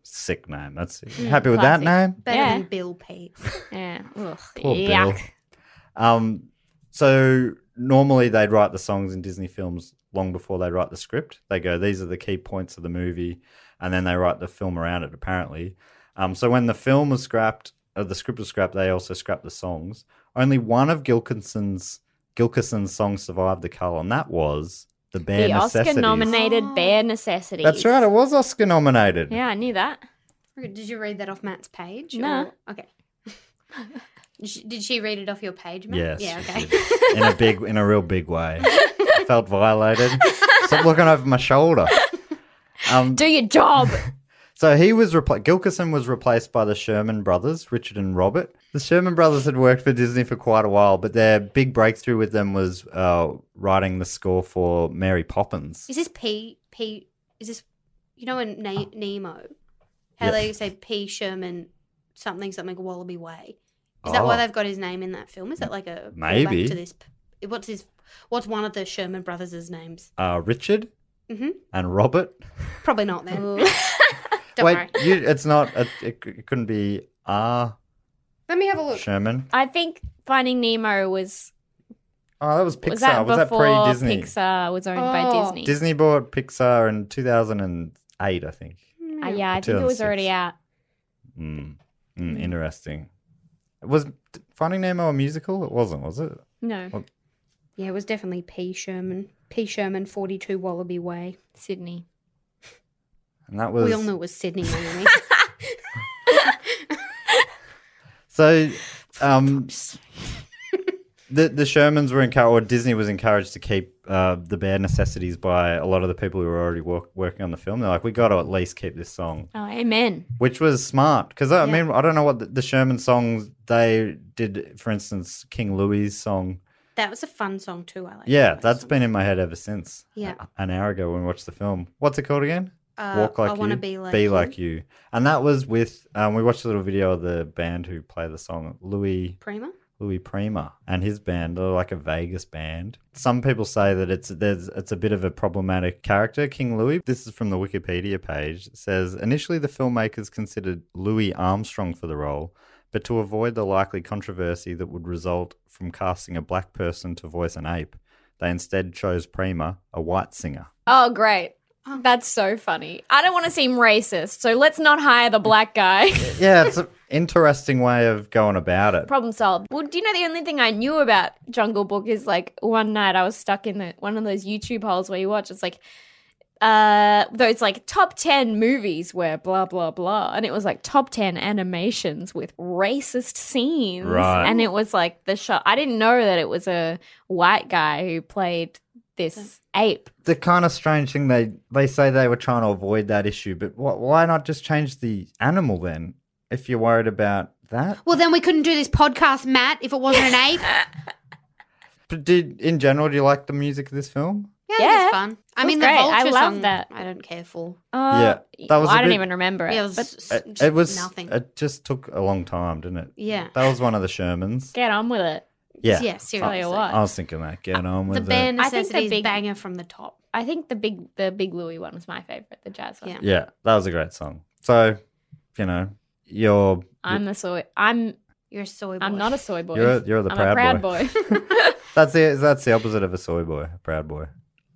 Speaker 2: Sick name. That's happy with that
Speaker 1: classic.
Speaker 2: name.
Speaker 3: Better
Speaker 1: Yeah.
Speaker 3: than Bill Pete.
Speaker 1: yeah. Ugh,
Speaker 2: Poor
Speaker 1: yuck.
Speaker 2: Bill. Um, so normally they'd write the songs in Disney films long before they write the script. They go, these are the key points of the movie, and then they write the film around it. Apparently, um, so when the film was scrapped, uh, the script was scrapped. They also scrapped the songs. Only one of Gilkinson's Gilkison's songs survived the cull, and that was the band
Speaker 1: The Oscar
Speaker 2: Necessities. Oh.
Speaker 1: nominated Bare Necessities.
Speaker 2: That's right, it was Oscar nominated.
Speaker 1: Yeah, I knew that.
Speaker 3: Did you read that off Matt's page?
Speaker 1: No.
Speaker 3: or- Okay. Sh- Did she read it off your page,
Speaker 2: Yes.
Speaker 3: Matt? Yeah.
Speaker 2: she
Speaker 3: Okay.
Speaker 2: did. In a big, in a real big way. I felt violated. Stop looking over my shoulder. Um,
Speaker 1: Do your job.
Speaker 2: so he was replaced. Gilkison was replaced by the Sherman brothers, Richard and Robert. The Sherman brothers had worked for Disney for quite a while, but their big breakthrough with them was uh, writing the score for Mary Poppins.
Speaker 3: Is this P P? Is this you know in ne- Nemo? How
Speaker 2: Yes.
Speaker 3: they say P Sherman something something Wallaby Way? Is that why
Speaker 2: Oh.
Speaker 3: they've got his name in that film? Is that like a
Speaker 2: Maybe.
Speaker 3: callback to this? p- What's his? What's one of the Sherman brothers' names?
Speaker 2: Uh, Richard
Speaker 3: Mhm.
Speaker 2: and Robert.
Speaker 3: Probably not then. Don't
Speaker 2: Wait,
Speaker 3: worry.
Speaker 2: you, it's not. It, it, c- it couldn't be R.
Speaker 3: Let me have a look.
Speaker 2: Sherman.
Speaker 1: I think Finding Nemo was
Speaker 2: Oh, that was Pixar.
Speaker 1: was that
Speaker 2: was that
Speaker 1: before
Speaker 2: pre Disney?
Speaker 1: Pixar was owned by
Speaker 3: Oh.
Speaker 1: Disney.
Speaker 2: Disney bought Pixar in 2008, I think.
Speaker 1: Uh, yeah, I think it was
Speaker 2: 2006.
Speaker 1: already out.
Speaker 2: Mm. Mm, Interesting. Was Finding Nemo a musical? It wasn't, was it?
Speaker 1: No,
Speaker 3: Yeah, it was definitely P Sherman. P Sherman, forty-two Wallaby Way.
Speaker 1: Sydney.
Speaker 2: And that was.
Speaker 3: We all knew it was Sydney. Anyway.
Speaker 2: So, um, the the Shermans were encouraged, or Disney was encouraged to keep uh, the bare necessities by a lot of the people who were already work, working on the film. They're like, we got to at least keep this song.
Speaker 1: Oh, amen.
Speaker 2: which was smart because I mean I don't know what the, the Sherman songs they did. For instance, King Louis' song.
Speaker 3: that was a fun song too. I like.
Speaker 2: Yeah,
Speaker 3: that
Speaker 2: that's
Speaker 3: song.
Speaker 2: been in my head ever since.
Speaker 3: Yeah.
Speaker 2: A- an hour ago when we watched the film. What's it called again?
Speaker 3: Uh,
Speaker 2: Walk like
Speaker 3: I
Speaker 2: you,
Speaker 3: wanna be like you.
Speaker 2: you. And that was with um, we watched a little video of the band who play the song Louis
Speaker 3: Prima.
Speaker 2: Louis Prima and his band. They're like a Vegas band. Some people say that it's there's it's a bit of a problematic character, King Louis. This is from the Wikipedia page. It says initially the filmmakers considered Louis Armstrong for the role, but to avoid the likely controversy that would result from casting a black person to voice an ape, they instead chose Prima, a white singer.
Speaker 1: Oh, great. That's so funny. I don't want to seem racist, so let's not hire the black guy.
Speaker 2: Yeah, it's an interesting way of going about it.
Speaker 1: Problem solved. Well, do you know the only thing I knew about Jungle Book is like one night I was stuck in the, one of those YouTube holes where you watch. It's like uh those like top 10 movies where blah blah blah and it was like top 10 animations with racist scenes
Speaker 2: Right.
Speaker 1: and it was like the shot i didn't know that it was a white guy who played this ape
Speaker 2: the kind of strange thing they they say they were trying to avoid that issue, but wh- why not just change the animal then? If you're worried about that,
Speaker 3: Well, then we couldn't do this podcast, Matt, if it wasn't an ape.
Speaker 2: But did in general, do you like the music of this film?
Speaker 3: Yeah, yeah.
Speaker 1: Yeah.
Speaker 3: it's fun. I
Speaker 1: It was
Speaker 3: mean, the
Speaker 1: great.
Speaker 3: vulture
Speaker 1: I love
Speaker 3: song,
Speaker 1: that.
Speaker 3: I don't care for.
Speaker 1: Uh,
Speaker 2: Yeah, that was
Speaker 1: I
Speaker 2: a
Speaker 1: don't
Speaker 2: bit-
Speaker 1: even remember it.
Speaker 3: Yeah, it was,
Speaker 1: but
Speaker 3: s-
Speaker 2: It,
Speaker 3: just
Speaker 2: Uh, it was
Speaker 3: nothing.
Speaker 2: It just took a long time, didn't it?
Speaker 3: yeah.
Speaker 2: That was one of the Shermans.
Speaker 1: get on with it.
Speaker 2: Yeah,
Speaker 3: Yeah,
Speaker 1: Tell
Speaker 3: seriously.
Speaker 1: you what.
Speaker 2: I was thinking that. Get on with
Speaker 3: the bare
Speaker 1: I think
Speaker 3: necessities
Speaker 1: the big-
Speaker 3: banger from the top.
Speaker 1: I think the big the big Louis one was my favorite, the jazz one.
Speaker 3: Yeah.
Speaker 2: it. Yeah, that was a great song. So, you know, you're
Speaker 1: I'm a soy. I'm
Speaker 3: You're a soy boy.
Speaker 1: I'm not a soy boy.
Speaker 2: You're- you're the
Speaker 1: I'm a
Speaker 2: proud
Speaker 1: proud
Speaker 2: boy.
Speaker 1: boy.
Speaker 2: that's the that's the opposite of a soy boy, a proud boy.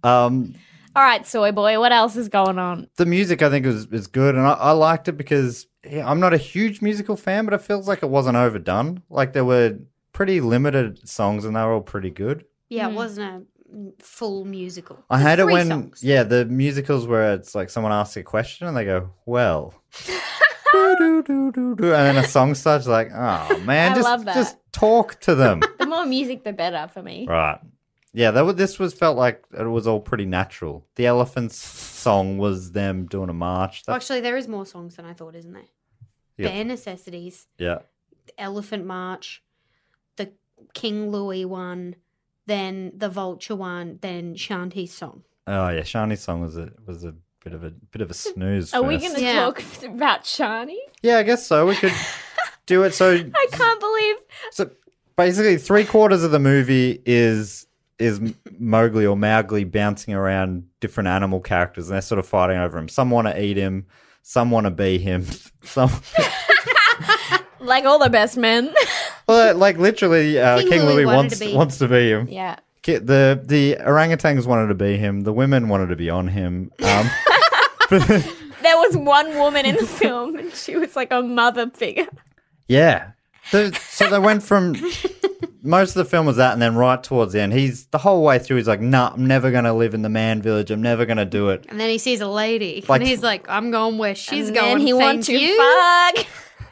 Speaker 2: Um,
Speaker 1: All right, soy boy. What else is going on?
Speaker 2: the music I think is is good, and I, I liked it because yeah, I'm not a huge musical fan, but it feels like it wasn't overdone. Like there were pretty limited songs, and they were all pretty good.
Speaker 3: Yeah,
Speaker 1: Mhm.
Speaker 3: it wasn't a m- full musical.
Speaker 2: I
Speaker 3: There's
Speaker 2: hate it
Speaker 3: three
Speaker 2: when
Speaker 3: songs.
Speaker 2: yeah, the musicals where it's like someone asks a question and they go, "Well," doo-doo-doo-doo-doo, and then a song starts like, "Oh man,
Speaker 1: I
Speaker 2: just
Speaker 1: love that.
Speaker 2: just talk to them."
Speaker 1: The more music, the better for me.
Speaker 2: Right. Yeah, that was, this was felt like it was all pretty natural. The elephants song was them doing a march.
Speaker 3: Well,
Speaker 2: That's,
Speaker 3: Actually, there is more songs than I thought, isn't there?
Speaker 2: uh, Yeah.
Speaker 3: Bare necessities,
Speaker 2: yeah,
Speaker 3: the Elephant March, the King Louis one, then the Vulture one, then Shanti's song.
Speaker 2: oh yeah, Shani's song was a was a bit of a bit of a snooze.
Speaker 1: Are we
Speaker 2: fest.
Speaker 1: going to
Speaker 3: Yeah.
Speaker 1: talk about Shani?
Speaker 2: Yeah, I guess so. We could do it. So
Speaker 1: I can't believe
Speaker 2: So basically, three quarters of the movie is is Mowgli or Mowgli bouncing around different animal characters, and they're sort of fighting over him. Some want to eat him, some want to be him. Some,
Speaker 1: like all the best men.
Speaker 2: well, like literally, uh, King,
Speaker 3: King
Speaker 2: Louis,
Speaker 3: Louis wanted
Speaker 2: wants
Speaker 3: to be-
Speaker 2: wants to be him.
Speaker 1: yeah.
Speaker 2: Ki- The the orangutans wanted to be him. The women wanted to be on him. Um,
Speaker 1: There was one woman in the film and she was like a mother figure.
Speaker 2: Yeah. The, so they went from most of the film was that, and then right towards the end, he's the whole way through. He's like, "Nah, I'm never gonna live in the man village. I'm never gonna do it."
Speaker 3: And then he sees a lady,
Speaker 2: Like-
Speaker 3: and he's like, "I'm going where she's
Speaker 1: and
Speaker 3: going."
Speaker 1: then he
Speaker 3: thank
Speaker 1: wants to
Speaker 3: you.
Speaker 1: fuck.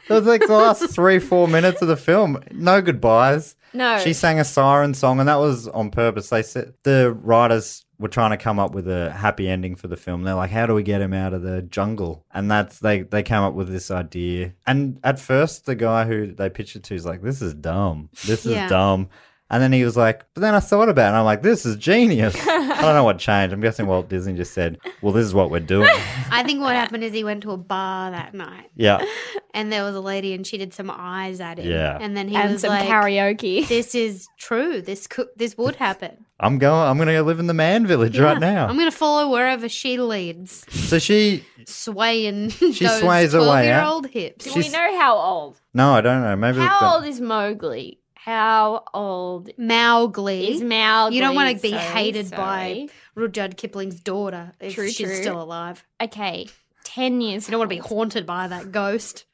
Speaker 2: It was like the last three, four minutes of the film. No goodbyes.
Speaker 1: No.
Speaker 2: She sang a siren song, and that was on purpose. They said the writers were trying to come up with a happy ending for the film. They're like, "How do we get him out of the jungle?" And that's they they came up with this idea. And at first, the guy who they pitched it to is like, "This is dumb. This is
Speaker 3: Yeah.
Speaker 2: dumb." And then he was like, "But then I thought about it, and I'm like, this is genius." I don't know what changed. I'm guessing Walt Disney just said, "Well, this is what we're doing."
Speaker 3: I think what happened is he went to a bar that night,
Speaker 2: yeah,
Speaker 3: and there was a lady, and she did some eyes at him.
Speaker 2: Yeah.
Speaker 3: And then he
Speaker 1: and
Speaker 3: was
Speaker 1: some
Speaker 3: like,
Speaker 1: karaoke.
Speaker 3: "This is true. This could. This would happen."
Speaker 2: I'm going. I'm going to go live in the man village right now.
Speaker 3: I'm gonna follow wherever she leads,
Speaker 2: so she
Speaker 3: swaying.
Speaker 2: She
Speaker 3: those
Speaker 2: sways her way out.
Speaker 3: Twelve-year-old hips.
Speaker 1: Do
Speaker 2: she's-
Speaker 1: we know how old?
Speaker 2: No, I don't know. Maybe it's been-
Speaker 1: How old is Mowgli? How old
Speaker 3: Mowgli.
Speaker 1: is Mowgli?
Speaker 3: You don't want to be
Speaker 1: Sorry,
Speaker 3: hated
Speaker 1: sorry.
Speaker 3: by Rudyard Kipling's daughter if
Speaker 1: True,
Speaker 3: she's
Speaker 1: true.
Speaker 3: still alive.
Speaker 1: Okay, ten years.
Speaker 3: You don't want to be
Speaker 1: old.
Speaker 3: haunted by that ghost.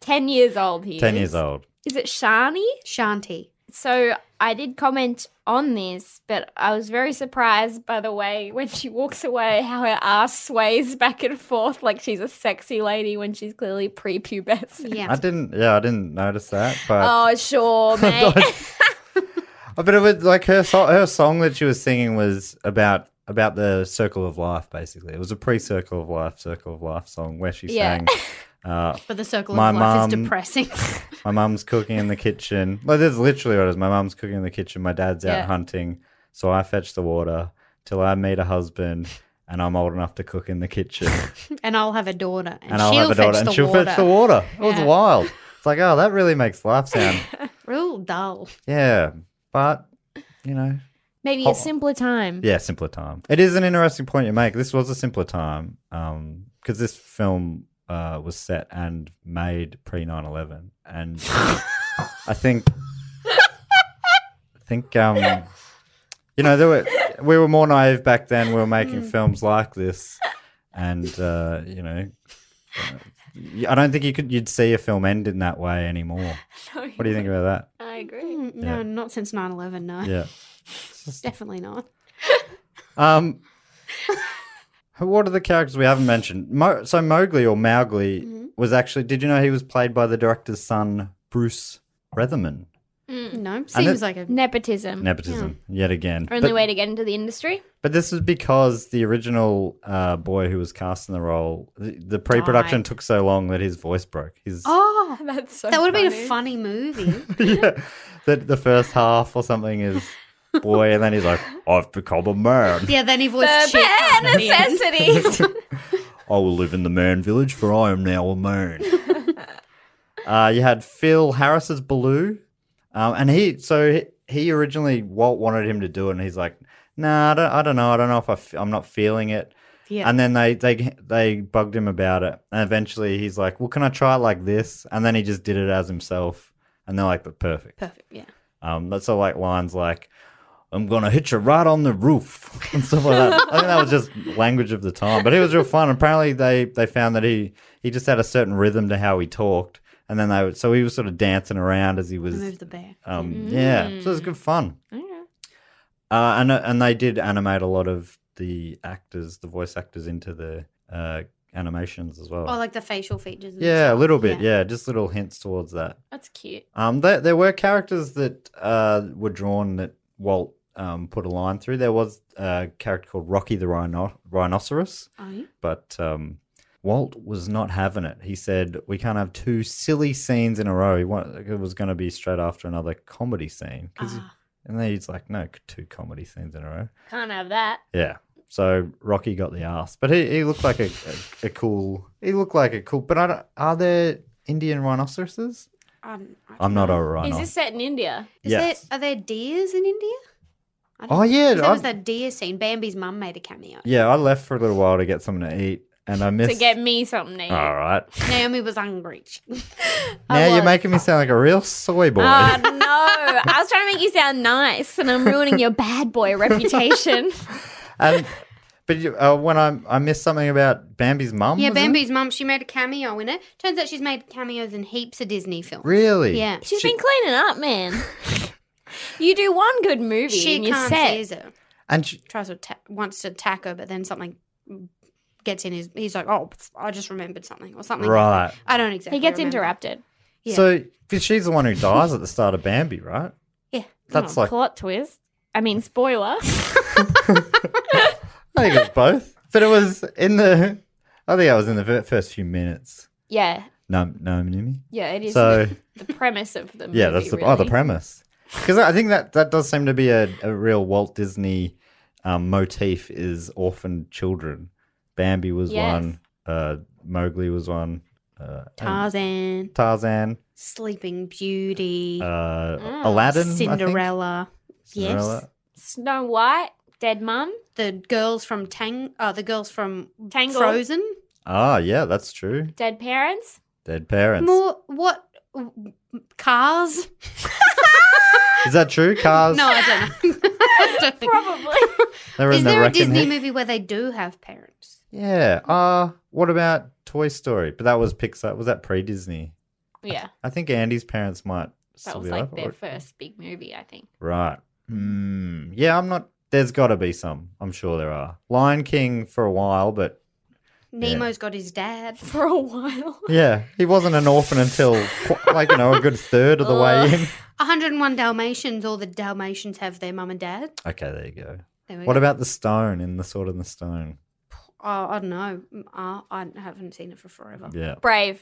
Speaker 1: ten years old. He
Speaker 2: ten
Speaker 1: is.
Speaker 2: years old.
Speaker 1: Is it Shani?
Speaker 3: Shanti.
Speaker 1: So I did comment on this, but I was very surprised by the way when she walks away, how her ass sways back and forth like she's a sexy lady when she's clearly prepubescent.
Speaker 2: I
Speaker 3: Yeah.
Speaker 2: didn't. Yeah, I didn't notice that. But Oh,
Speaker 1: Oh, sure, mate.
Speaker 2: but it was like her so- her song that she was singing was about about the circle of life. Basically, it was a pre circle of life, circle of life song where she
Speaker 1: Yeah.
Speaker 2: sang. Uh,
Speaker 3: But the circle
Speaker 2: My
Speaker 3: of life
Speaker 2: mum-
Speaker 3: is depressing.
Speaker 2: my mum's cooking in the kitchen. Like this is literally what it is. My mum's cooking in the kitchen. My dad's out
Speaker 1: Yeah.
Speaker 2: hunting, so I fetch the water till I meet a husband, and I'm old enough to cook in the kitchen.
Speaker 3: and I'll have a daughter. And,
Speaker 2: and I'll
Speaker 3: she'll
Speaker 2: have a
Speaker 3: fetch
Speaker 2: daughter, and
Speaker 3: the
Speaker 2: she'll
Speaker 3: water.
Speaker 2: fetch the water. It was
Speaker 3: Yeah.
Speaker 2: wild. It's like, oh, that really makes life sound.
Speaker 3: Real dull.
Speaker 2: yeah, but you know,
Speaker 1: Maybe
Speaker 2: Hold
Speaker 1: a
Speaker 2: on.
Speaker 1: simpler time.
Speaker 2: Oh. yeah, simpler time. It is an interesting point you make. This was a simpler time because this film uh, was set and made pre 9-11. and I think, I think, um, you know, there were we were more naive back then. We were making films like this, and uh, you know. uh, I don't think you could you'd see a film end in that way anymore. What do you think about that?
Speaker 1: I agree.
Speaker 3: Mm, No, not since 9 11, no.
Speaker 2: Yeah.
Speaker 3: Definitely not.
Speaker 2: Um, what are the characters we haven't mentioned? Mo- so Mowgli or Mowgli was actually. Did you know he was played by the director's son, Bruce Bretherman?
Speaker 3: No.
Speaker 2: it-
Speaker 3: Seems like a.
Speaker 1: Nepotism.
Speaker 2: Nepotism yet again.
Speaker 1: Only
Speaker 2: but,
Speaker 1: way to get into the industry.
Speaker 2: but this was because the original uh, boy who was cast in the role, the, the pre-production
Speaker 3: Died.
Speaker 2: took so long that his voice broke. His
Speaker 3: Oh,
Speaker 1: That's so
Speaker 3: that would have been a funny movie.
Speaker 2: yeah, that the first half or something is boy, and then he's like, I've become a man.
Speaker 3: Yeah, then he voiced
Speaker 1: The
Speaker 3: shit.
Speaker 1: bare necessities.
Speaker 2: I will live in the man village, for I am now a man. uh, you had Phil Harris's Baloo, um, and he so he, he originally Walt wanted him to do it, and he's like, "Nah, I don't, I don't know. I don't know if I f- I'm not feeling it."
Speaker 3: Yeah.
Speaker 2: And then they they they bugged him about it, and eventually he's like, "Well, can I try it like this?" And then he just did it as himself, and they're like, "But perfect."
Speaker 3: Perfect. Yeah.
Speaker 2: Um, that's all like lines like, "I'm gonna hit you right on the roof" and stuff like that. I think that was just language of the time, but it was real fun. Apparently, they they found that he he just had a certain rhythm to how he talked, and then they would, so he was sort of dancing around as he was.
Speaker 3: Remove the bear. Mm.
Speaker 2: Um, Yeah, so it was good fun. Uh, and and they did animate a lot of the actors, the voice actors, into the uh, animations as well.
Speaker 3: Or Oh, like the facial features. and
Speaker 2: yeah, a
Speaker 3: stuff.
Speaker 2: little bit. yeah, just little hints towards that.
Speaker 1: That's cute.
Speaker 2: Um, there, there were characters that uh, were drawn that Walt um, put a line through. There was a character called Rocky the Rhino- Rhinoceros, but um, Walt was not having it. He said, We can't have two silly scenes in a row. He want, it was going to be straight after another comedy scene.
Speaker 1: Uh.
Speaker 3: Ah,
Speaker 2: 'cause- And then he's like, No, two comedy scenes in a row.
Speaker 1: Can't have that.
Speaker 2: Yeah. So Rocky got the ass, but he, he looked like a, a, a cool. He looked like a cool. But I don't, are there Indian rhinoceroses?
Speaker 3: Um, I-
Speaker 2: I'm not a
Speaker 1: Is
Speaker 2: rhino.
Speaker 1: this set in India?
Speaker 3: is
Speaker 2: Yes.
Speaker 3: there, are there deers in India? I don't
Speaker 2: Oh, yeah,
Speaker 3: 'cause There was
Speaker 2: I've-
Speaker 3: that deer scene. Bambi's mum made a cameo.
Speaker 2: Yeah, I left for a little while to get something to eat, and I missed.
Speaker 1: To get me something to eat.
Speaker 2: All right.
Speaker 3: Naomi was hungry.
Speaker 2: Now you're making me sound like a real soy boy.
Speaker 1: Oh
Speaker 3: Uh,
Speaker 1: no! I was trying to make you sound nice, and I'm ruining your bad boy reputation.
Speaker 2: and Um, but you, uh, when I I missed something about Bambi's mum.
Speaker 3: yeah,
Speaker 2: was it?
Speaker 3: Bambi's mum, she made a cameo in it. Turns out she's made cameos in heaps of Disney films.
Speaker 2: Really?
Speaker 3: Yeah.
Speaker 1: She's been cleaning up, man. you do one good movie,
Speaker 3: She
Speaker 1: and you're
Speaker 3: can't
Speaker 1: set.
Speaker 3: seize it.
Speaker 2: And she,
Speaker 3: tries to atta- wants to attack her, but then something gets in his. He's like, "Oh, pff, I just remembered something," or something.
Speaker 2: right.
Speaker 3: I don't exactly.
Speaker 1: He gets
Speaker 3: remember.
Speaker 1: interrupted.
Speaker 3: Yeah.
Speaker 2: So 'cause she's the one who dies at the start of Bambi, right?
Speaker 3: Yeah.
Speaker 2: That's
Speaker 1: Oh,
Speaker 2: like
Speaker 1: plot twist. I mean, spoiler.
Speaker 2: I think it was both, but it was in the. I think I was in the fir- first few minutes.
Speaker 1: yeah,
Speaker 2: No, no, Minimi.
Speaker 1: yeah, it is
Speaker 2: So
Speaker 1: the, the premise of the movie.
Speaker 2: yeah, that's the
Speaker 1: really.
Speaker 2: oh, the premise. Because I think that that does seem to be a, a real Walt Disney um, motif is orphaned children. Bambi was
Speaker 1: Yes.
Speaker 2: one. Uh, Mowgli was one. Uh, and
Speaker 3: Tarzan,
Speaker 2: Tarzan.
Speaker 3: Sleeping Beauty,
Speaker 2: Uh, Aladdin. I think?
Speaker 3: Cinderella. Yes,
Speaker 2: Cinderella.
Speaker 1: Snow White, dead mum.
Speaker 3: the girls from Tang. Oh, the girls from
Speaker 1: Tangled.
Speaker 3: Frozen.
Speaker 2: Ah, yeah, that's true.
Speaker 1: Dead parents.
Speaker 2: Dead parents.
Speaker 3: More what? w- Cars?
Speaker 2: Is that true? Cars.
Speaker 3: No, I don't know. I don't think-
Speaker 1: Probably.
Speaker 2: they were in
Speaker 3: Is
Speaker 2: the
Speaker 3: there a
Speaker 2: wreck and
Speaker 3: Disney
Speaker 2: heap.
Speaker 3: movie where they do have parents?
Speaker 2: Yeah. Uh, what about Toy Story? But that was Pixar. Was that pre Disney?
Speaker 1: yeah,
Speaker 2: I think Andy's parents might.
Speaker 1: that
Speaker 2: still
Speaker 1: was
Speaker 2: be
Speaker 1: like
Speaker 2: alive,
Speaker 1: their
Speaker 2: or-
Speaker 1: first big movie, I think.
Speaker 2: Right. Hmm. Yeah, I'm not. There's got to be some. I'm sure there are. Lion King for a while, but
Speaker 3: Nemo's got his dad.
Speaker 1: For a while.
Speaker 2: yeah, he wasn't an orphan until qu- like you know a good third of the way in.
Speaker 3: 101 Dalmatians, all the Dalmatians have their mum and dad.
Speaker 2: Okay, there you go.
Speaker 3: There we
Speaker 2: What
Speaker 3: go.
Speaker 2: about the stone in the Sword and the Stone?
Speaker 3: Oh, I don't know. Mm, I, I haven't seen it for forever.
Speaker 2: Yeah,
Speaker 1: Brave.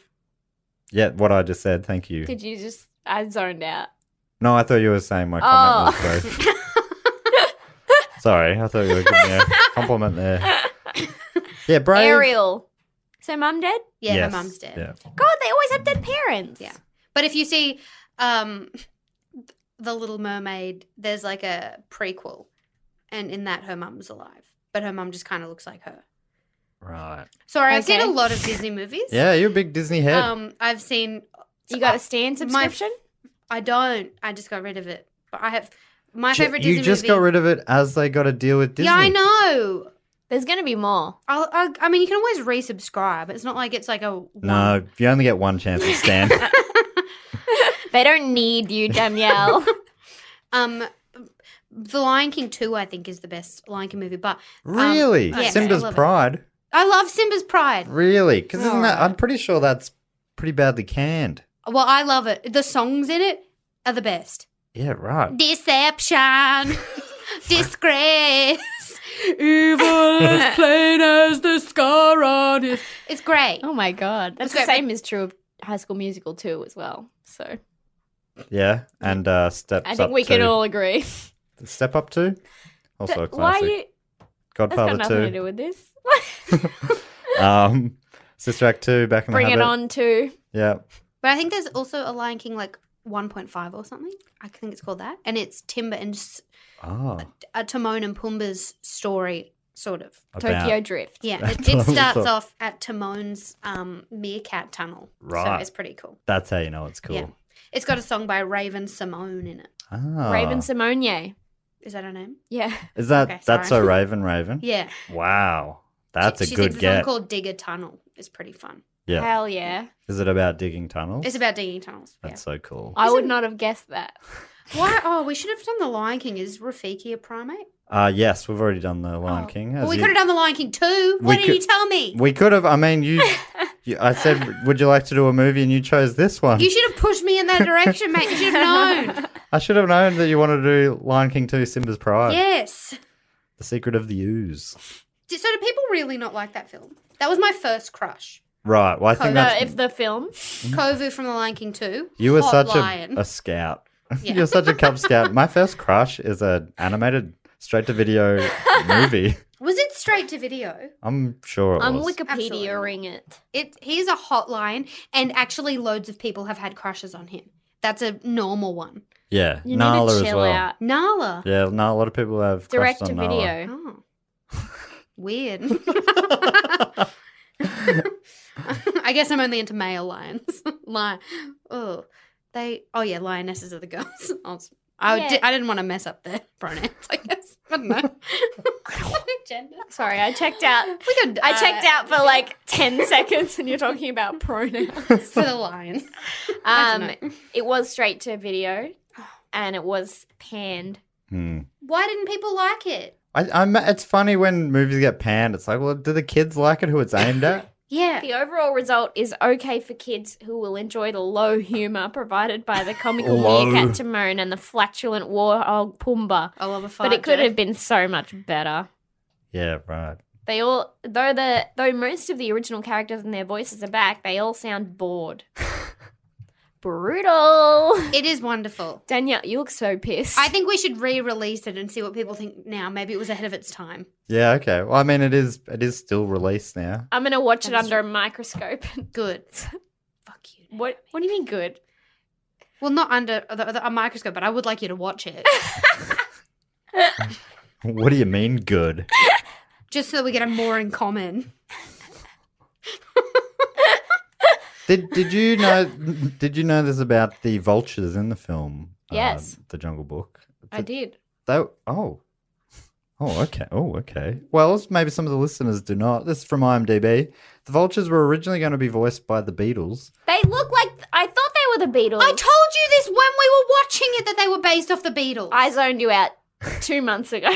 Speaker 2: yeah. What I just said. Thank you.
Speaker 1: Did you just? I zoned out.
Speaker 2: No, I thought you were saying my comment
Speaker 3: Oh.
Speaker 2: was great. Sorry, I thought you were giving me a compliment there. Yeah, brave.
Speaker 1: Ariel. So mum dead?
Speaker 3: Yeah,
Speaker 2: Yes,
Speaker 3: my mum's dead.
Speaker 2: Yeah.
Speaker 1: God, they always have dead parents.
Speaker 3: Yeah. But if you see um, The Little Mermaid, there's like a prequel. And in that, her mum's alive. But her mum just kind of looks like her.
Speaker 2: Right.
Speaker 3: Sorry, I've
Speaker 1: Okay.
Speaker 3: seen a lot of Disney movies.
Speaker 2: Yeah, you're a big Disney head.
Speaker 3: Um, I've seen.
Speaker 1: You got a stand
Speaker 3: My-
Speaker 1: subscription?
Speaker 3: I don't. I just got rid of it. But I have. My
Speaker 2: Ju-
Speaker 3: favorite
Speaker 2: you
Speaker 3: Disney
Speaker 2: just
Speaker 3: movie.
Speaker 2: got rid of it as they got to deal with Disney.
Speaker 3: Yeah, I know.
Speaker 1: There's going to be more.
Speaker 3: I'll, I, I mean, you can always resubscribe. It's not like it's like a one-
Speaker 2: No, you only get one chance to stand.
Speaker 1: Um, They don't need you, Danielle.
Speaker 3: Um, The Lion King two, I think, is the best Lion King movie. But um,
Speaker 2: really,
Speaker 3: yeah,
Speaker 2: Simba's
Speaker 3: I love it.
Speaker 2: pride.
Speaker 3: I love Simba's Pride.
Speaker 2: Really, because isn't that?
Speaker 3: Alright.
Speaker 2: I'm pretty sure that's pretty badly canned.
Speaker 3: Well, I love it. The songs in it are the best.
Speaker 2: Yeah, right.
Speaker 3: Deception, disgrace, evil as plain as the scar on his. It's great.
Speaker 1: oh my God. That's the
Speaker 3: Okay, but-
Speaker 1: same is true of High School Musical too, as well. So
Speaker 2: Yeah, and uh, steps.
Speaker 1: I
Speaker 2: up
Speaker 1: think we
Speaker 2: to-
Speaker 1: can all agree.
Speaker 2: Step Up 2? Also a
Speaker 1: Th- Why are
Speaker 2: classic.
Speaker 1: you? That's got
Speaker 2: Godfather
Speaker 1: nothing to do
Speaker 2: 2.
Speaker 1: with this.
Speaker 2: um, Sister Act 2, Back in
Speaker 1: Bring
Speaker 2: the
Speaker 1: it
Speaker 2: Habit.
Speaker 1: on to.
Speaker 2: Yeah.
Speaker 3: But I think there's also a Lion King like 1.5 or something. I think it's called that, and it's Timber and S-
Speaker 2: Oh.
Speaker 3: uh, Timon and Pumbaa's story, sort of.
Speaker 1: Tokyo Drift.
Speaker 3: Yeah,
Speaker 2: That's
Speaker 3: it, it
Speaker 2: what I
Speaker 3: starts
Speaker 2: thought.
Speaker 3: off at Timon's um, meerkat tunnel,
Speaker 2: Right.
Speaker 3: so it's pretty cool.
Speaker 2: That's how you know it's cool.
Speaker 3: Yeah, it's got a song by Raven Simone in it.
Speaker 2: Ah.
Speaker 1: Raven Simone.
Speaker 3: Is that her name?
Speaker 1: Yeah.
Speaker 2: Is that
Speaker 3: Okay,
Speaker 2: that's so
Speaker 3: sorry.
Speaker 2: Raven Raven?
Speaker 3: Yeah,
Speaker 2: Wow. That's
Speaker 3: She-
Speaker 2: a
Speaker 3: she sings
Speaker 2: good
Speaker 3: song
Speaker 2: get.
Speaker 3: called Digger Tunnel. It's pretty fun.
Speaker 2: yeah.
Speaker 1: Hell yeah.
Speaker 2: Is it about digging tunnels?
Speaker 3: It's about digging tunnels. Yeah.
Speaker 2: That's so cool.
Speaker 1: I would not have guessed that.
Speaker 3: Why? Oh, we should have done the Lion King. Is Rafiki a primate?
Speaker 2: Uh yes, we've already done the Lion King.
Speaker 3: Well,
Speaker 2: as
Speaker 3: we
Speaker 2: you-
Speaker 3: could have done the Lion King too. Why
Speaker 2: We
Speaker 3: didn't
Speaker 2: could-
Speaker 3: you tell me?
Speaker 2: We could have. I mean, you, you. I said, would you like to do a movie, and you chose this one.
Speaker 3: You should have pushed me in that direction, mate. You should have known.
Speaker 2: I should have known that you wanted to do Lion King Two: Simba's Pride,
Speaker 3: yes.
Speaker 2: The Secret of the Ooze.
Speaker 3: Do- So do people really not like that film? That was my first crush.
Speaker 2: Right. Well, I think
Speaker 3: Oh, no,
Speaker 1: No,
Speaker 2: that's
Speaker 1: if the film.
Speaker 3: Kovu from The Lion King 2.
Speaker 2: Mm. you were
Speaker 3: Hot
Speaker 2: such a,
Speaker 3: lion.
Speaker 2: a scout.
Speaker 3: Yeah.
Speaker 2: You're such a Cub Scout. My first crush is an animated straight to video movie.
Speaker 3: Was it straight to video?
Speaker 2: I'm sure it
Speaker 1: I'm
Speaker 2: was.
Speaker 1: Wikipedia-ing it.
Speaker 3: It he's a hot lion, and actually loads of people have had crushes on him. That's a normal one.
Speaker 2: yeah,
Speaker 1: You
Speaker 2: Nala
Speaker 1: need to
Speaker 2: as
Speaker 1: chill
Speaker 2: well.
Speaker 1: out.
Speaker 3: Nala.
Speaker 2: Yeah, no, a lot of people have crushed
Speaker 1: Direct to
Speaker 2: on Nala.
Speaker 1: video.
Speaker 3: Oh. Weird. I guess I'm only into male lions. Lion. Oh, they. Oh yeah, lionesses are the girls. I, was, I,
Speaker 1: Yeah.
Speaker 3: di- I didn't want to mess up their pronouns. I guess I don't know. Gender.
Speaker 1: Sorry, I checked out.
Speaker 3: We could.
Speaker 1: I checked
Speaker 3: uh,
Speaker 1: out for like 10 seconds and you're talking about pronouns.
Speaker 3: for the lion. I
Speaker 1: Um,
Speaker 3: don't
Speaker 1: it was straight to video and it was panned.
Speaker 2: Hmm.
Speaker 3: Why didn't people like it?
Speaker 2: I, I'm, it's funny when movies get panned. It's like, well, do the kids like it who it's aimed at?
Speaker 3: Yeah.
Speaker 1: The overall result is okay for kids who will enjoy the low humor provided by the comical
Speaker 2: Low.
Speaker 1: meerkat Timon and the flatulent warhog Pumbaa.
Speaker 3: I love a fart.
Speaker 1: But it could
Speaker 3: joke.
Speaker 1: have been so much better.
Speaker 2: yeah, right.
Speaker 1: They all, though the though most of the original characters and their voices are back, they all sound bored. Brutal.
Speaker 3: It is wonderful.
Speaker 1: Danielle, you look so pissed.
Speaker 3: I think we should re-release it and see what people think now. Maybe it was ahead of its time.
Speaker 2: Yeah, okay. Well, I mean, it is it is still released now.
Speaker 1: I'm gonna watch it
Speaker 3: That's
Speaker 1: under a microscope.
Speaker 3: Good. Fuck you.
Speaker 1: what? What do you mean good?
Speaker 3: Well, not under the, the, a microscope, but I would like you to watch it
Speaker 2: What do you mean, good?
Speaker 3: just so that we get a more in common.
Speaker 2: Did did you know did you know this about the vultures in the film? uh,
Speaker 1: Yes.
Speaker 2: the Jungle Book.
Speaker 1: I did.
Speaker 2: They, oh, oh, okay, oh, okay. Well, maybe some of the listeners do not. This is from IMDb. The vultures were originally going to be voiced by the Beatles.
Speaker 1: They look like I thought they were the Beatles.
Speaker 3: I told you this when we were watching it that they were based off the Beatles.
Speaker 1: I zoned you out two months ago.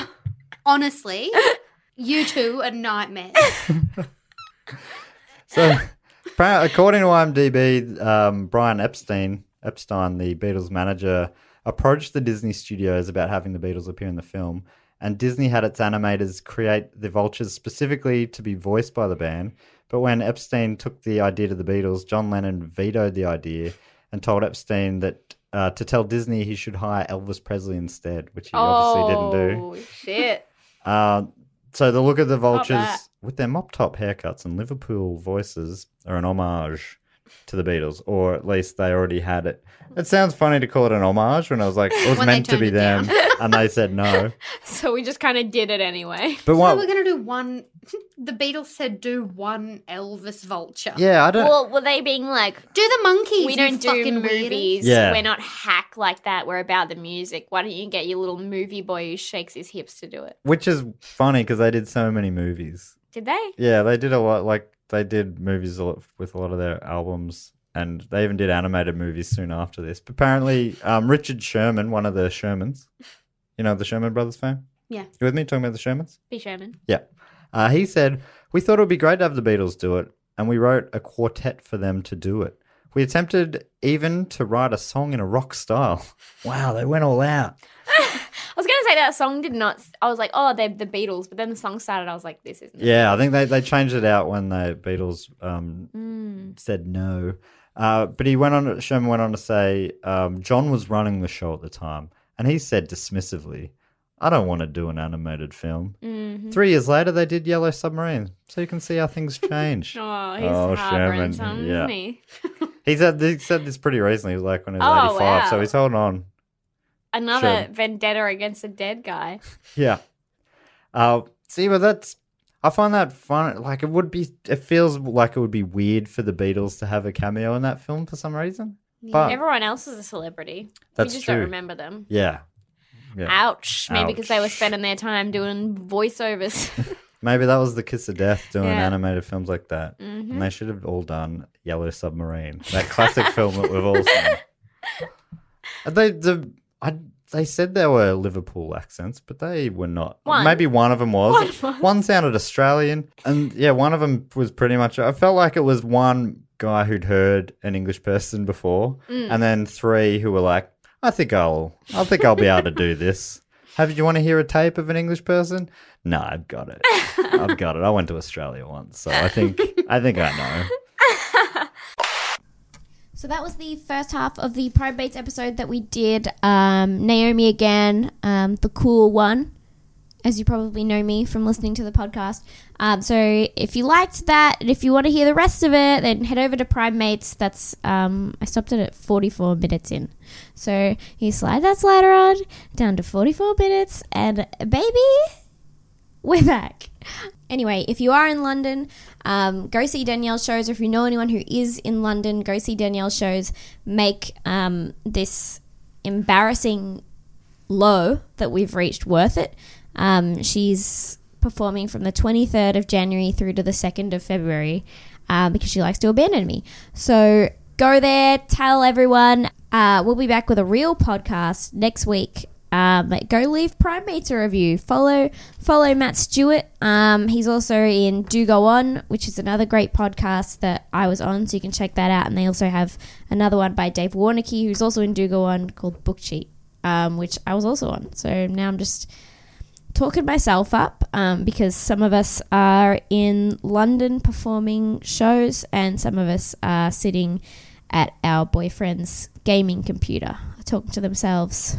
Speaker 3: honestly, you two are nightmares.
Speaker 2: So, appar- according to IMDb, um, Brian Epstein, Epstein, the Beatles manager, approached the Disney studios about having the Beatles appear in the film, and Disney had its animators create the vultures specifically to be voiced by the band. But when Epstein took the idea to the Beatles, John Lennon vetoed the idea and told Epstein that uh, to tell Disney he should hire Elvis Presley instead, which he obviously didn't do.
Speaker 1: oh shit!
Speaker 2: Uh, so the look of the
Speaker 1: bad.
Speaker 2: vultures with their mop top haircuts and Liverpool voices are an homage to the Beatles, or at least they already had it. It sounds funny to call it an homage when I was like, it was
Speaker 3: When they
Speaker 2: meant to
Speaker 3: turned
Speaker 2: be
Speaker 3: it
Speaker 2: them,
Speaker 3: down.
Speaker 2: and they said no.
Speaker 1: So we just kind of did it anyway.
Speaker 2: But
Speaker 3: So we're
Speaker 2: what?
Speaker 3: gonna do one. The Beatles said do one Elvis vulture.
Speaker 2: Yeah, I don't.
Speaker 1: Well, were they being like,
Speaker 3: Do the monkeys.
Speaker 1: we
Speaker 3: you
Speaker 1: don't do
Speaker 3: fucking weirdos.
Speaker 1: movies.
Speaker 2: Yeah.
Speaker 1: We're not hack like that. We're about the music. Why don't you get your little movie boy who shakes his hips to do it?
Speaker 2: which is funny because they did so many movies.
Speaker 1: Did they?
Speaker 2: Yeah, they did a lot. Like they did movies a lot with a lot of their albums, and they even did animated movies soon after this. But apparently, um, Richard Sherman, one of the Shermans, you know the Sherman Brothers fame.
Speaker 3: Yeah.
Speaker 2: you with me talking about the Shermans?
Speaker 1: Be Sherman.
Speaker 2: Yeah. Uh, he said we thought it would be great to have the Beatles do it, and we wrote a quartet for them to do it. We attempted even to write a song in a rock style. Wow, they went all out.
Speaker 1: I was gonna say that song did not. I was like, oh, they're the Beatles. But then the song started. I was like, this isn't. it.
Speaker 2: Yeah, I think they, they changed it out when the Beatles um,
Speaker 1: Mm.
Speaker 2: said no. Uh, but he went on. Sherman went on to say um, John was running the show at the time, And he said dismissively, I don't want to do an animated film.
Speaker 8: Mm-hmm.
Speaker 2: Three years later, they did Yellow Submarine. So you can see how things change.
Speaker 8: Oh, he's
Speaker 2: Oh,
Speaker 8: harboring
Speaker 2: Sherman,
Speaker 8: some,
Speaker 2: yeah.
Speaker 8: isn't he?
Speaker 2: he, said, he said this pretty recently, like when he was
Speaker 8: Oh,
Speaker 2: 85.
Speaker 8: wow.
Speaker 2: So he's holding on.
Speaker 8: Another
Speaker 2: Sure.
Speaker 8: vendetta against a dead guy.
Speaker 2: Yeah. Uh, see, but that's I find that fun. Like it would be, it feels like it would be weird for the Beatles to have a cameo in that film for some reason. But
Speaker 8: Everyone else is a celebrity.
Speaker 2: That's
Speaker 8: we just
Speaker 2: true.
Speaker 8: don't remember them.
Speaker 2: yeah, yeah.
Speaker 8: Ouch. Maybe because they were
Speaker 2: Ouch.
Speaker 8: spending their time doing voiceovers.
Speaker 2: Maybe that was the kiss of death doing
Speaker 8: Yeah. Mm-hmm.
Speaker 2: animated films like that, and they should have all done Yellow Submarine, that classic film that we've all seen. And They the I. They said there were Liverpool accents, but they were not.
Speaker 8: One.
Speaker 2: Maybe one of them was.
Speaker 8: One was.
Speaker 2: sounded Australian, and yeah, one of them was pretty much. I felt like it was one guy who'd heard an English person before,
Speaker 8: Mm.
Speaker 2: and then three who were like, "I think I'll, I think I'll be able to do this." Have you want to hear a tape of an English person? No, I've got it. I've got it. I went to Australia once, so I think I think I know.
Speaker 1: So that was the first half of the Pride Bates episode that we did. Um, Naomi again, um, the cool one, as you probably know me from listening to the podcast. Um, so if you liked that, and if you want to hear the rest of it, then head over to Pride Mates. That's um, I stopped it at forty-four minutes in. So you slide that slider on down to forty-four minutes, and baby, we're back. Anyway, if you are in London, um, go see Danielle's shows. Or if you know anyone who is in London, go see Danielle's shows. Make um, this embarrassing low that we've reached worth it. Um, she's performing from the 23rd of January through to the 2nd of February uh, because she likes to abandon me. So go there, tell everyone. Uh, we'll be back with a real podcast next week. Um, go leave Prime Mates a review. Follow follow Matt Stewart. Um, he's also in Do Go On, which is another great podcast that I was on, so you can check that out. And they also have another one by Dave Warnicky, who's also in Do Go On, called Book Cheat um, which I was also on. So now I'm just talking myself up um, because some of us are in London performing shows and some of us are sitting at our boyfriend's gaming computer talking to themselves